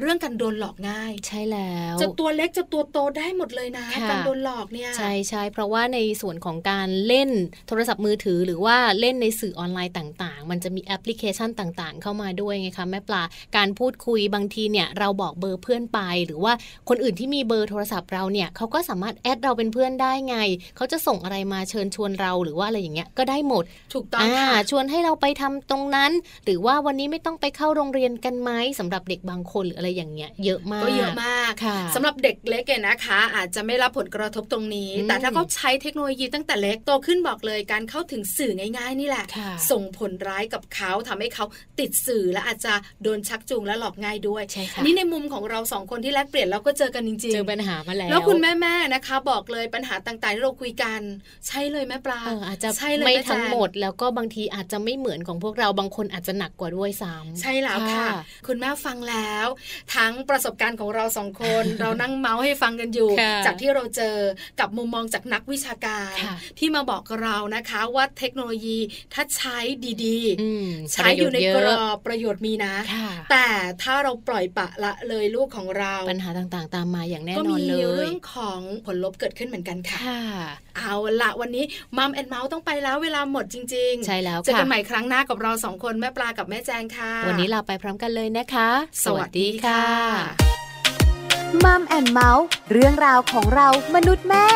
[SPEAKER 3] เรื่องการโดนหลอกง่าย
[SPEAKER 2] ใช่แล้ว
[SPEAKER 3] จะตัวเล็กจะตัวโตได้หมดเลยนะ
[SPEAKER 2] ค่ะ
[SPEAKER 3] การโดนหลอกเนี่ย
[SPEAKER 2] ใช่ใช่เพราะว่าในส่วนของการเล่นโทรศัพท์มือถือ หรือว่าเล่นในสื่อออนไลน์ต่าง ๆ มันจะมีแอปพลิเคชันต่างๆ เข้ามาด้วยไงคะแม่ปลาการพูดคุยบางทีเนี่ยเราบอกเบอร์เพื่อนไป หรือว่าคนอื่นที่มีเบอร์โทรศัพท์เราเนี่ยเขาก็สามารถแอดเราเป็นเพื่อนได้ไงเขาจะส่งอะไรมาเชิญชวนเราหรือว่าอะไรอย่างเงี้ยก็ได้หมด
[SPEAKER 3] ถูกต้องค่ะ
[SPEAKER 2] ชวนให้เราไปทำตรงนั้น หรือว่าวันนี้ไม่ต้องไปเข้าโรงเรียนกันไหมสำหรับเด็กบางคนหรืออะไรอย่างเงี้ย เยอะมาก
[SPEAKER 3] ก็เยอะมาก
[SPEAKER 2] ค่ะ
[SPEAKER 3] สำหรับเด็กเล็กเนี่ยนะคะ อาจจะไม่รับผลกระทบตรงนี้
[SPEAKER 2] อืม
[SPEAKER 3] แต่ถ้าเขาใช้เทคโนโลยีตั้งแต่เล็กโตขึ้นบอกเลยการเข้าถึงสื่อง่ายๆนี่แหละ
[SPEAKER 2] ค่ะ
[SPEAKER 3] ส่งผลร้ายกับเขาทำให้เขาติดสื่อและอาจจะโดนชักจูงและหลอกง่ายด้วย
[SPEAKER 2] ใช่ค่ะ
[SPEAKER 3] อันนี่ในมุมของเราสองคนที่แลกเปลี่ยนเราก็เจอกันจริง
[SPEAKER 2] เจอปัญหามาแล้ว
[SPEAKER 3] แล้วคุณแม่ๆนะคะ บอกเลยปัญหาต่างๆที่เราคุยกัน ใช่เลยแม่ปลา
[SPEAKER 2] เอออาจจะ
[SPEAKER 3] ใช่เลย
[SPEAKER 2] ไม่
[SPEAKER 3] แจง
[SPEAKER 2] ทั้งหมด แล้วก็บางทีอาจจะไม่เหมือนของพวกเราบางคนอาจจะหนักกว่าด้วยซ้ำ
[SPEAKER 3] ใช่แล้วค่ะ คุณแม่ฟังแล้ว ทั้งประสบการณ์ของเราสองคน
[SPEAKER 2] [laughs]
[SPEAKER 3] เรานั่งเมาส์ให้ฟังกันอยู่
[SPEAKER 2] ค่ะ
[SPEAKER 3] จากที่เราเจอกับมุมมองจากนักวิชาการ
[SPEAKER 2] ค่ะ
[SPEAKER 3] ที่มาบอกกับเรานะคะว่าเทคโนโลยีถ้าใช้ดี
[SPEAKER 2] อืม
[SPEAKER 3] ๆ ใช้อยู่ในกร
[SPEAKER 2] ประโยชน์เย
[SPEAKER 3] อบประโยชน์มีนะ
[SPEAKER 2] อะค่ะ
[SPEAKER 3] แต่ถ้าเราปล่อยปละละเลยลูกของเรา
[SPEAKER 2] ปัญหาต่างๆ ตามมาอย่างแน่
[SPEAKER 3] ก็
[SPEAKER 2] นอ
[SPEAKER 3] มี
[SPEAKER 2] นเล
[SPEAKER 3] เรื่
[SPEAKER 2] ย
[SPEAKER 3] องของผลลบเกิดขึ้นเหมือนกันค่ะ
[SPEAKER 2] ค่ะ
[SPEAKER 3] เอาละวันนี้มัมแอนเมาส์ต้องไปแล้วเวลาหมดจริงๆ
[SPEAKER 2] ใช่แล้ว
[SPEAKER 3] เจอ
[SPEAKER 2] ค่ะ
[SPEAKER 3] กันใหม่ครั้งหน้ากับเราสองคนแม่ปลากับแม่แจงค่ะ
[SPEAKER 2] วันนี้ลาไปพร้อมกันเลยนะคะ
[SPEAKER 3] สวัสดีค่ะ
[SPEAKER 1] มัมแอนเมาส์เรื่องราวของเรามนุษย์แม่